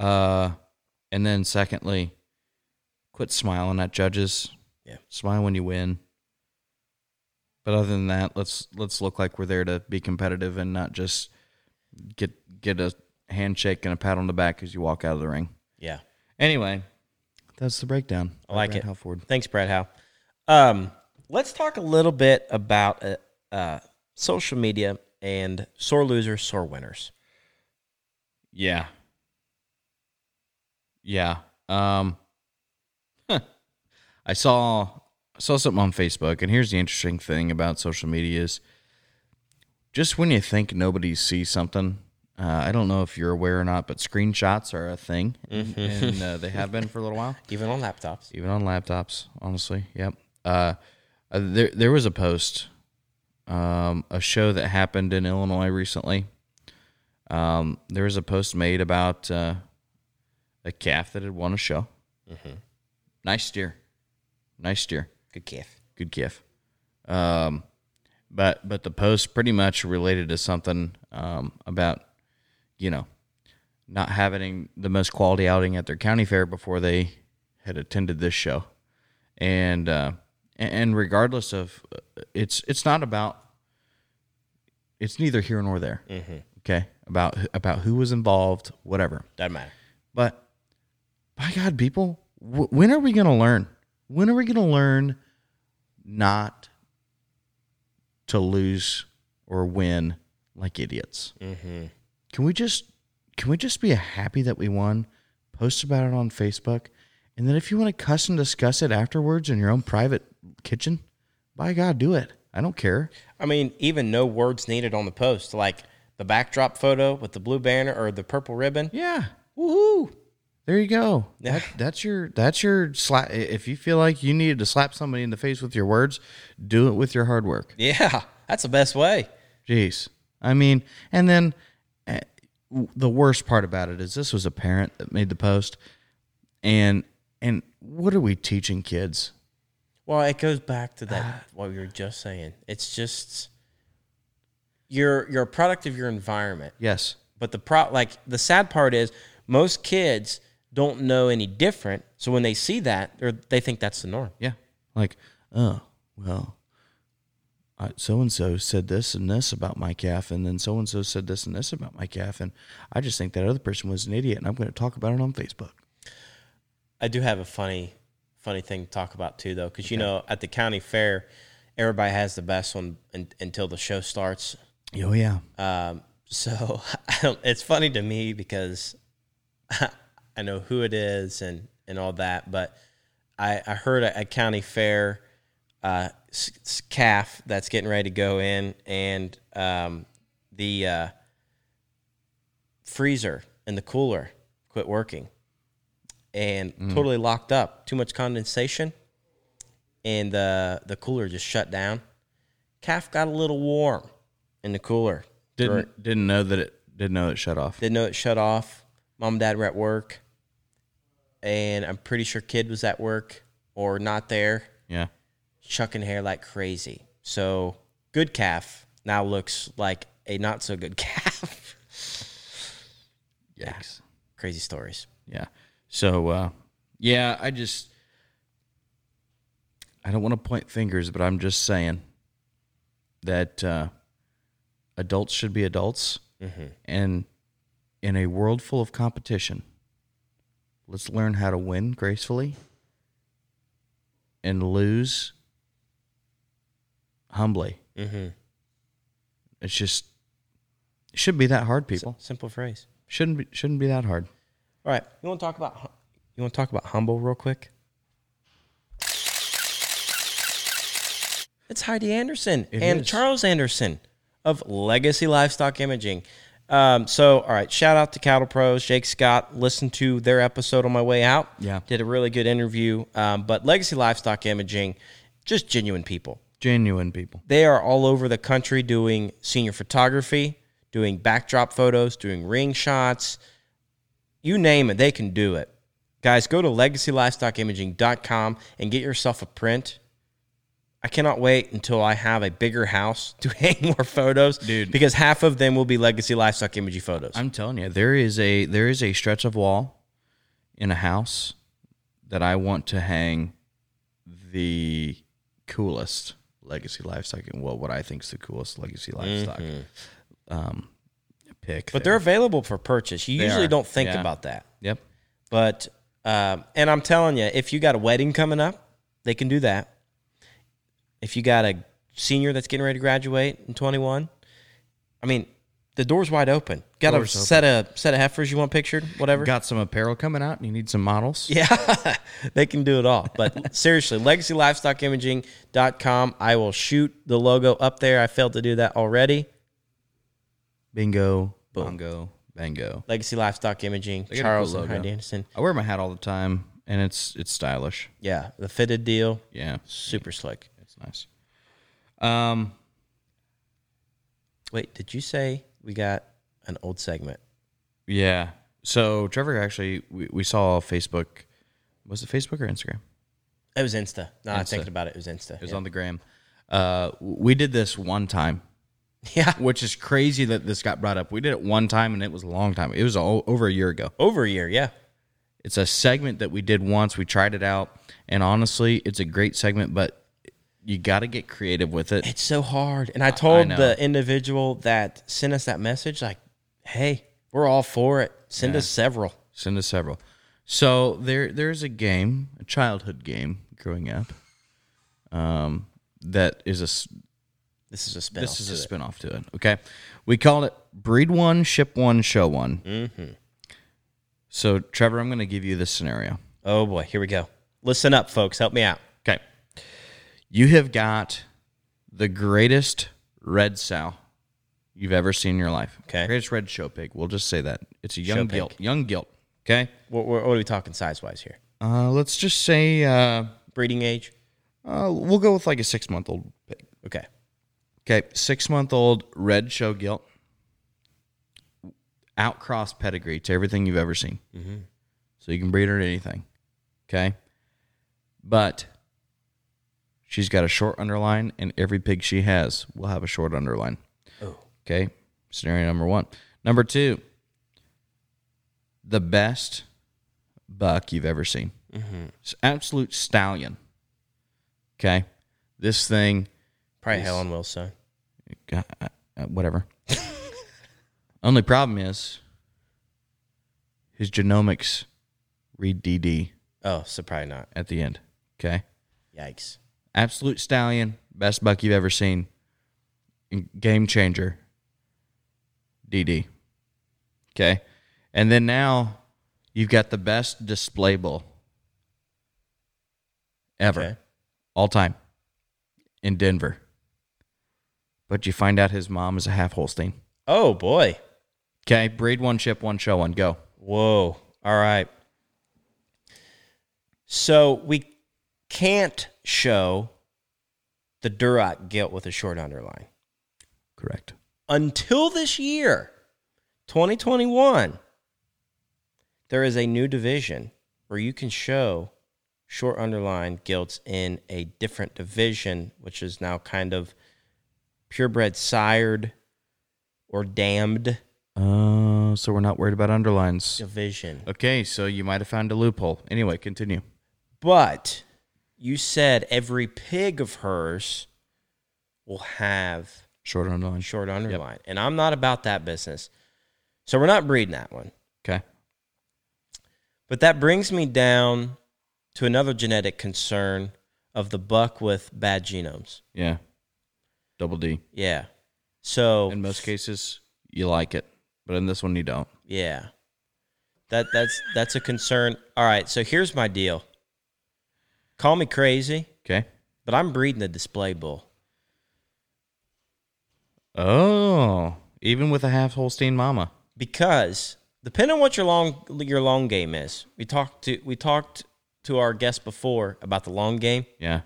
Speaker 3: Uh, and then secondly, quit smiling at judges.
Speaker 2: Yeah.
Speaker 3: smile when you win. But other than that, let's let's look like we're there to be competitive and not just get get a handshake and a pat on the back as you walk out of the ring.
Speaker 2: Yeah.
Speaker 3: Anyway, that's the breakdown.
Speaker 2: I like it.
Speaker 3: How Ford?
Speaker 2: Thanks, Brad Howe. Um, let's talk a little bit about uh, uh, social media and sore losers, sore winners.
Speaker 3: Yeah, yeah. Um, huh. I saw I saw something on Facebook, and here's the interesting thing about social media is just when you think nobody sees something. Uh, I don't know if you're aware or not, but screenshots are a thing, and uh, they have been for a little while.
Speaker 2: Even on laptops.
Speaker 3: even on laptops. Honestly, yep. Uh, uh, there there was a post, um, a show that happened in Illinois recently. Um, there was a post made about uh, a calf that had won a show. Nice steer, nice steer,
Speaker 2: Good gift.
Speaker 3: good calf. Um, but but the post pretty much related to something um, about you know not having the most quality outing at their county fair before they had attended this show and uh, and regardless of uh, it's it's not about it's neither here nor there okay about about who was involved whatever
Speaker 2: Doesn't matter.
Speaker 3: but by God, people, wh- when are we going to learn? When are we going to learn not to lose or win like idiots? Can we just can we just be happy that we won? Post about it on Facebook, and then if you want to cuss and discuss it afterwards in your own private kitchen, by God, do it. I don't care.
Speaker 2: I mean, even no words needed on the post, like the backdrop photo with the blue banner or the purple ribbon.
Speaker 3: Yeah,
Speaker 2: Woohoo!
Speaker 3: There you go.
Speaker 2: Yeah.
Speaker 3: That, that's your that's your slap. If you feel like you needed to slap somebody in the face with your words, do it with your hard work.
Speaker 2: Yeah, that's the best way.
Speaker 3: Jeez, I mean, and then eh, w- the worst part about it is this was a parent that made the post, and and what are we teaching kids?
Speaker 2: Well, it goes back to that what we were just saying. It's just you're you're a product of your environment.
Speaker 3: Yes,
Speaker 2: But the pro like the sad part is most kids don't know any different. So when they see that, or they think that's the norm.
Speaker 3: yeah, like oh well, so and so said this and this about my calf, and then so and so said this and this about my calf, and I just think that other person was an idiot, and I'm going to talk about it on Facebook.
Speaker 2: I do have a funny funny thing to talk about too, though, because you know at the county fair, everybody has the best one un- until the show starts.
Speaker 3: Oh yeah,
Speaker 2: Um, so I don't, it's funny to me because I know who it is and, and all that, but I, I heard a, a county fair uh, s- s- calf that's getting ready to go in, and um, the uh, freezer and the cooler quit working and totally locked up. Too much condensation, and the the cooler just shut down. Calf got a little warm in the cooler.
Speaker 3: didn't didn't know that it didn't know it shut off.
Speaker 2: Didn't know it shut off. Mom and dad were at work. And I'm pretty sure kid was at work or not there,
Speaker 3: yeah,
Speaker 2: chucking hair like crazy. So good calf now looks like a not so good calf.
Speaker 3: yikes.
Speaker 2: crazy stories.
Speaker 3: Yeah. So uh, yeah, I just I don't want to point fingers, but I'm just saying that uh, adults should be adults, and in a world full of competition, let's learn how to win gracefully and lose humbly.
Speaker 2: Mm-hmm.
Speaker 3: It's just it should be that hard, people.
Speaker 2: Simple phrase.
Speaker 3: Shouldn't be, shouldn't be that hard.
Speaker 2: All right. You want to talk about hu- you want to talk about humble real quick? It's Heidi Anderson
Speaker 3: It
Speaker 2: and
Speaker 3: is.
Speaker 2: Charles Anderson of Legacy Livestock Imaging. Um, so, all right, shout out to Cattle Pros, Jake Scott. Listened to their episode on my way out.
Speaker 3: Yeah.
Speaker 2: did a really good interview. Um, but Legacy Livestock Imaging, just genuine people
Speaker 3: Genuine people.
Speaker 2: they are all over the country doing senior photography, doing backdrop photos, doing ring shots. You name it, they can do it. Guys, go to legacylivestockimaging.com and get yourself a print. I cannot wait until I have a bigger house to hang more photos,
Speaker 3: Dude.
Speaker 2: Because half of them will be legacy livestock imagery photos.
Speaker 3: I'm telling you, there is a there is a stretch of wall in a house that I want to hang the coolest legacy livestock. Well, what I think is the coolest legacy livestock um, pick.
Speaker 2: but
Speaker 3: there.
Speaker 2: they're available for purchase. You
Speaker 3: They
Speaker 2: usually
Speaker 3: are,
Speaker 2: don't think
Speaker 3: yeah.
Speaker 2: about that.
Speaker 3: yep,
Speaker 2: But um, and I'm telling you, if you got a wedding coming up, they can do that. If you got a senior that's getting ready to graduate in 21, I mean, the door's wide open. Got
Speaker 3: Door's
Speaker 2: a
Speaker 3: open.
Speaker 2: set of set of heifers you want pictured, whatever.
Speaker 3: got some apparel coming out, and you need some models.
Speaker 2: yeah, they can do it all. But seriously, legacylivestockimaging.com. I will shoot the logo up there. I failed to do that already.
Speaker 3: Bingo, bongo, bango.
Speaker 2: Legacy Livestock Imaging,
Speaker 3: got a cool
Speaker 2: Charles and
Speaker 3: logo.
Speaker 2: Heidi Anderson.
Speaker 3: I wear my hat all the time, and it's it's stylish.
Speaker 2: Yeah, the fitted deal,
Speaker 3: Yeah,
Speaker 2: super slick.
Speaker 3: it's nice. Um,
Speaker 2: Wait, did you say we got an old segment?
Speaker 3: Yeah. So Trevor actually, we, we saw Facebook. Was it Facebook or Instagram?
Speaker 2: It was Insta. No, I'm
Speaker 3: Insta.
Speaker 2: thinking about it. It was Insta.
Speaker 3: It was on the gram. Uh, we did this one time,
Speaker 2: yeah. yeah,
Speaker 3: which is crazy that this got brought up. We did it one time, and it was a long time. It was all, over a year ago.
Speaker 2: over a year. Yeah,
Speaker 3: It's a segment that we did once. We tried it out, and honestly, it's a great segment. But you got to get creative with it.
Speaker 2: it's so hard. And I told
Speaker 3: know.
Speaker 2: the individual that sent us that message, like, "Hey, we're all for it. Send us several."
Speaker 3: Send us several. So there, there's a game, a childhood game, growing up, um, that is a s-
Speaker 2: This is a spin.
Speaker 3: This is a spinoff to it. Okay. We called it Breed One, Ship One, Show One. Mm-hmm. So, Trevor, I'm going to give you this scenario.
Speaker 2: oh boy, here we go. Listen up, folks. Help me out.
Speaker 3: Okay. You have got the greatest red sow you've ever seen in your life.
Speaker 2: Okay.
Speaker 3: Greatest red show pig. We'll just say that. It's a young
Speaker 2: pig.
Speaker 3: gilt. Young gilt. Okay.
Speaker 2: What, what what are we talking size wise here?
Speaker 3: Uh, let's just say uh,
Speaker 2: Breeding age.
Speaker 3: uh, we'll go with like a six month old pig.
Speaker 2: Okay.
Speaker 3: Okay. Six month old red show gilt. Outcross pedigree to everything you've ever seen. So you can breed her to anything. Okay. But she's got a short underline, and every pig she has will have a short underline.
Speaker 2: Oh.
Speaker 3: Okay. Scenario number one. Number two, the best buck you've ever seen. It's absolute stallion. Okay. This thing
Speaker 2: Probably Helen Wilson.
Speaker 3: uh, uh, whatever. Only problem is his genomics read DD
Speaker 2: Oh, so probably not.
Speaker 3: at the end. Okay.
Speaker 2: Yikes.
Speaker 3: Absolute stallion, best buck you've ever seen. and Game changer. DD. Okay. And then now you've got the best display bull ever.
Speaker 2: Okay.
Speaker 3: All time. In Denver. But you find out his mom is a half Holstein.
Speaker 2: Oh boy.
Speaker 3: Okay, breed one, ship one, show one. Go.
Speaker 2: Whoa. All right. So we can't show the Duroc gilt with a short underline
Speaker 3: Correct.
Speaker 2: until this year, 2021. There is a new division where you can show short underline gilts in a different division, which is now kind of purebred sired or damned
Speaker 3: Uh, so we're not worried about underlines.
Speaker 2: division.
Speaker 3: Okay, so you might have found a loophole. Anyway, continue.
Speaker 2: But you said every pig of hers will have
Speaker 3: Short underline.
Speaker 2: short underline. And I'm not about that business. So we're not breeding that one.
Speaker 3: Okay.
Speaker 2: But that brings me down to another genetic concern of the buck with bad genomes.
Speaker 3: Yeah. Double D.
Speaker 2: Yeah. So
Speaker 3: In most cases, you like it, but in this one, you don't.
Speaker 2: yeah. That that's that's a concern. All right, so here's my deal. Call me crazy,
Speaker 3: Okay.
Speaker 2: but I'm breeding the display bull.
Speaker 3: Oh, even with a half Holstein mama.
Speaker 2: because depending on what your long your long game is, we talked to we talked to our guest before about the long game,
Speaker 3: Yeah.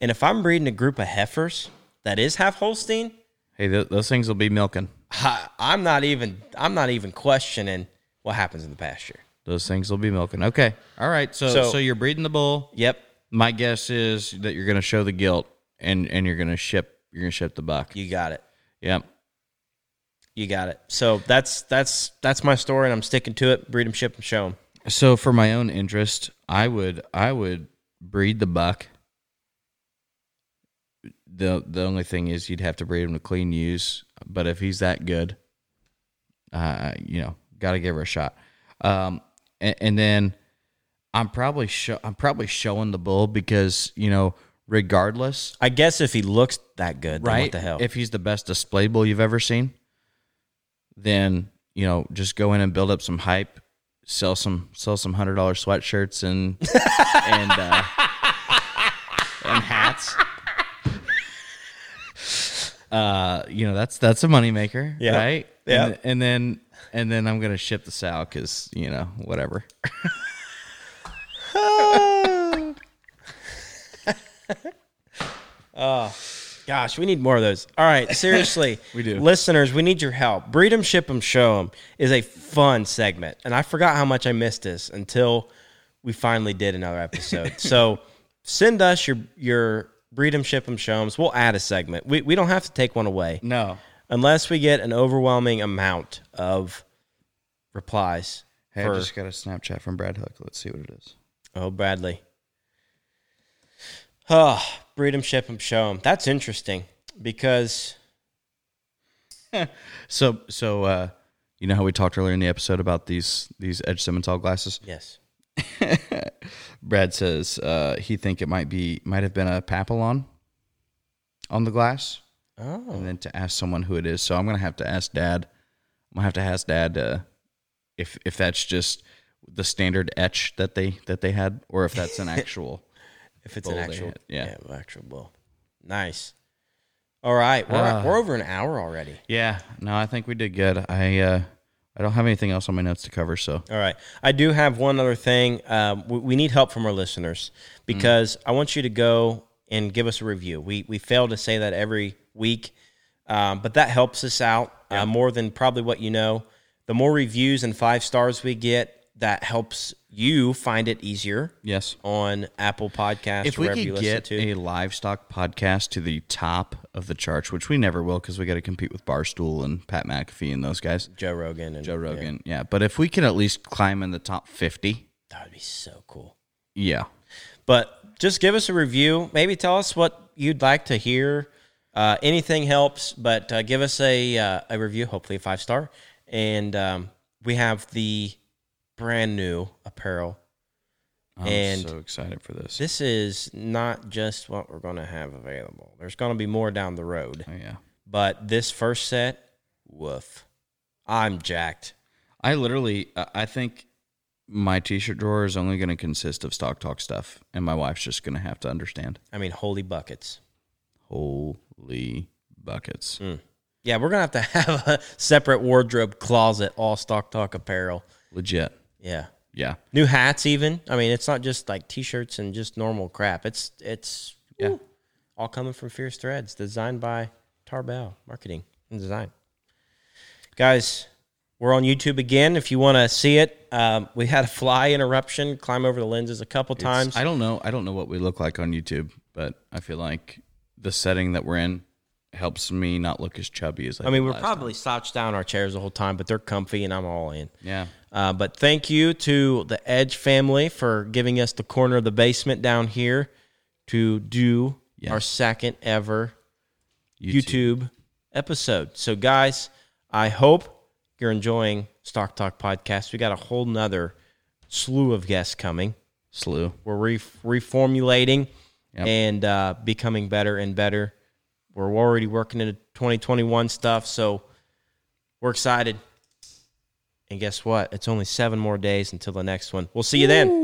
Speaker 2: and if I'm breeding a group of heifers that is half Holstein,
Speaker 3: Hey, th- those things will be milking.
Speaker 2: I, I'm not even I'm not even questioning what happens in the pasture.
Speaker 3: Those things will be milking. Okay. All right. So, so,
Speaker 2: So-
Speaker 3: you're breeding the bull.
Speaker 2: Yep,
Speaker 3: My guess is that you're going to show the guilt and and you're going to ship you're going to ship the buck.
Speaker 2: you got it,
Speaker 3: Yep.
Speaker 2: you got it. So that's that's that's my story, and I'm sticking to it. Breed them, ship them, show them.
Speaker 3: So for my own interest, I would I would breed the buck. the The only thing is you'd have to breed him to clean use, but if he's that good, uh, you know, got to give her a shot. Um, and, and then I'm probably show, I'm probably showing the bull because you know, regardless,
Speaker 2: I guess if he looks that good, then
Speaker 3: right?
Speaker 2: what the hell?
Speaker 3: If he's the best display bull you've ever seen, then you know, just go in and build up some hype, sell some sell some hundred dollar sweatshirts and and uh, and hats. Uh, you know that's that's a moneymaker,
Speaker 2: Yeah.
Speaker 3: right?
Speaker 2: Yeah.
Speaker 3: and, and then and then I'm gonna ship this out because you know whatever.
Speaker 2: Gosh, we need more of those. All right, seriously.
Speaker 3: We do.
Speaker 2: Listeners, we need your help. Breed 'em, ship 'em, show 'em is a fun segment. And I forgot how much I missed this until we finally did another episode. so send us your your breed 'em, ship 'em, show 'ems. We'll add a segment. We, we don't have to take one away
Speaker 3: No,
Speaker 2: unless we get an overwhelming amount of replies.
Speaker 3: hey,
Speaker 2: for-
Speaker 3: I just got a Snapchat from Brad Hook. Let's see what it is.
Speaker 2: Oh, Bradley. Oh, breed 'em, ship 'em, show 'em. That's interesting because
Speaker 3: So so uh you know how we talked earlier in the episode about these these Edge Simmental glasses?
Speaker 2: yes.
Speaker 3: Brad says uh he think it might be might have been a papillon on the glass.
Speaker 2: Oh.
Speaker 3: And then to ask someone who it is. So I'm gonna have to ask dad. I'm gonna have to ask dad uh if if that's just the standard etch that they that they had or if that's an actual
Speaker 2: If it's
Speaker 3: bull
Speaker 2: an
Speaker 3: they
Speaker 2: actual,
Speaker 3: had. Yeah.
Speaker 2: actual bull. Nice. All right, we're
Speaker 3: Ah.
Speaker 2: we're over an hour already.
Speaker 3: Yeah. No, I think we did good. I uh I don't have anything else on my notes to cover, so
Speaker 2: All right, I do have one other thing. Um, we, we need help from our listeners because
Speaker 3: Mm.
Speaker 2: I want you to go and give us a review. We we fail to say that every week, um, but that helps us out uh, more than probably what you know. The more reviews and five stars we get, that helps you find it easier
Speaker 3: yes.
Speaker 2: on Apple Podcasts.
Speaker 3: if we
Speaker 2: wherever you
Speaker 3: could
Speaker 2: listen
Speaker 3: get
Speaker 2: to.
Speaker 3: a livestock podcast to the top of the charts, which we never will because we got to compete with Barstool and Pat McAfee and those guys,
Speaker 2: Joe Rogan and
Speaker 3: Joe Rogan. Yeah. but if we can at least climb in the top fifty,
Speaker 2: that would be so cool.
Speaker 3: yeah,
Speaker 2: But just give us a review. Maybe tell us what you'd like to hear. Uh, anything helps, but uh, give us a uh, a review, hopefully a five star. And um, we have the brand new apparel.
Speaker 3: I'm
Speaker 2: And-
Speaker 3: so excited for this.
Speaker 2: This is not just what we're going to have available. There's going to be more down the road,
Speaker 3: oh yeah,
Speaker 2: but this first set, woof. I'm jacked.
Speaker 3: I literally, I I think my T-shirt drawer is only going to consist of stock talk stuff, and my wife's just going to have to understand.
Speaker 2: I mean, holy buckets.
Speaker 3: Holy buckets!
Speaker 2: Mm. Yeah, we're going to have to have a separate wardrobe closet, all stock talk apparel.
Speaker 3: Legit,
Speaker 2: Yeah.
Speaker 3: yeah.
Speaker 2: new hats even i mean it's not just like t-shirts and just normal crap it's it's
Speaker 3: Yeah.
Speaker 2: woo, all coming from fierce threads designed by tarbell marketing and design guys we're on youtube again if you want to see it um, we had a fly interruption climb over the lenses a couple times
Speaker 3: I don't know. I don't know what we look like on YouTube, but I feel like the setting that we're in helps me not look as chubby as
Speaker 2: I
Speaker 3: I.
Speaker 2: mean,
Speaker 3: did
Speaker 2: we're
Speaker 3: last
Speaker 2: probably slouched down our chairs the whole time, but they're comfy and I'm all in.
Speaker 3: time. yeah.
Speaker 2: Uh, but thank you to the Edge family for giving us the corner of the basement down here to do
Speaker 3: Yes.
Speaker 2: our second ever YouTube, episode. So, guys, I hope you're enjoying Stock Talk Podcast. We got a whole nother slew of guests coming.
Speaker 3: Slew.
Speaker 2: We're re- reformulating
Speaker 3: Yep.
Speaker 2: and uh, becoming better and better. We're already working into 2021 stuff, so we're excited. And guess what? It's only seven more days until the next one. We'll see you then.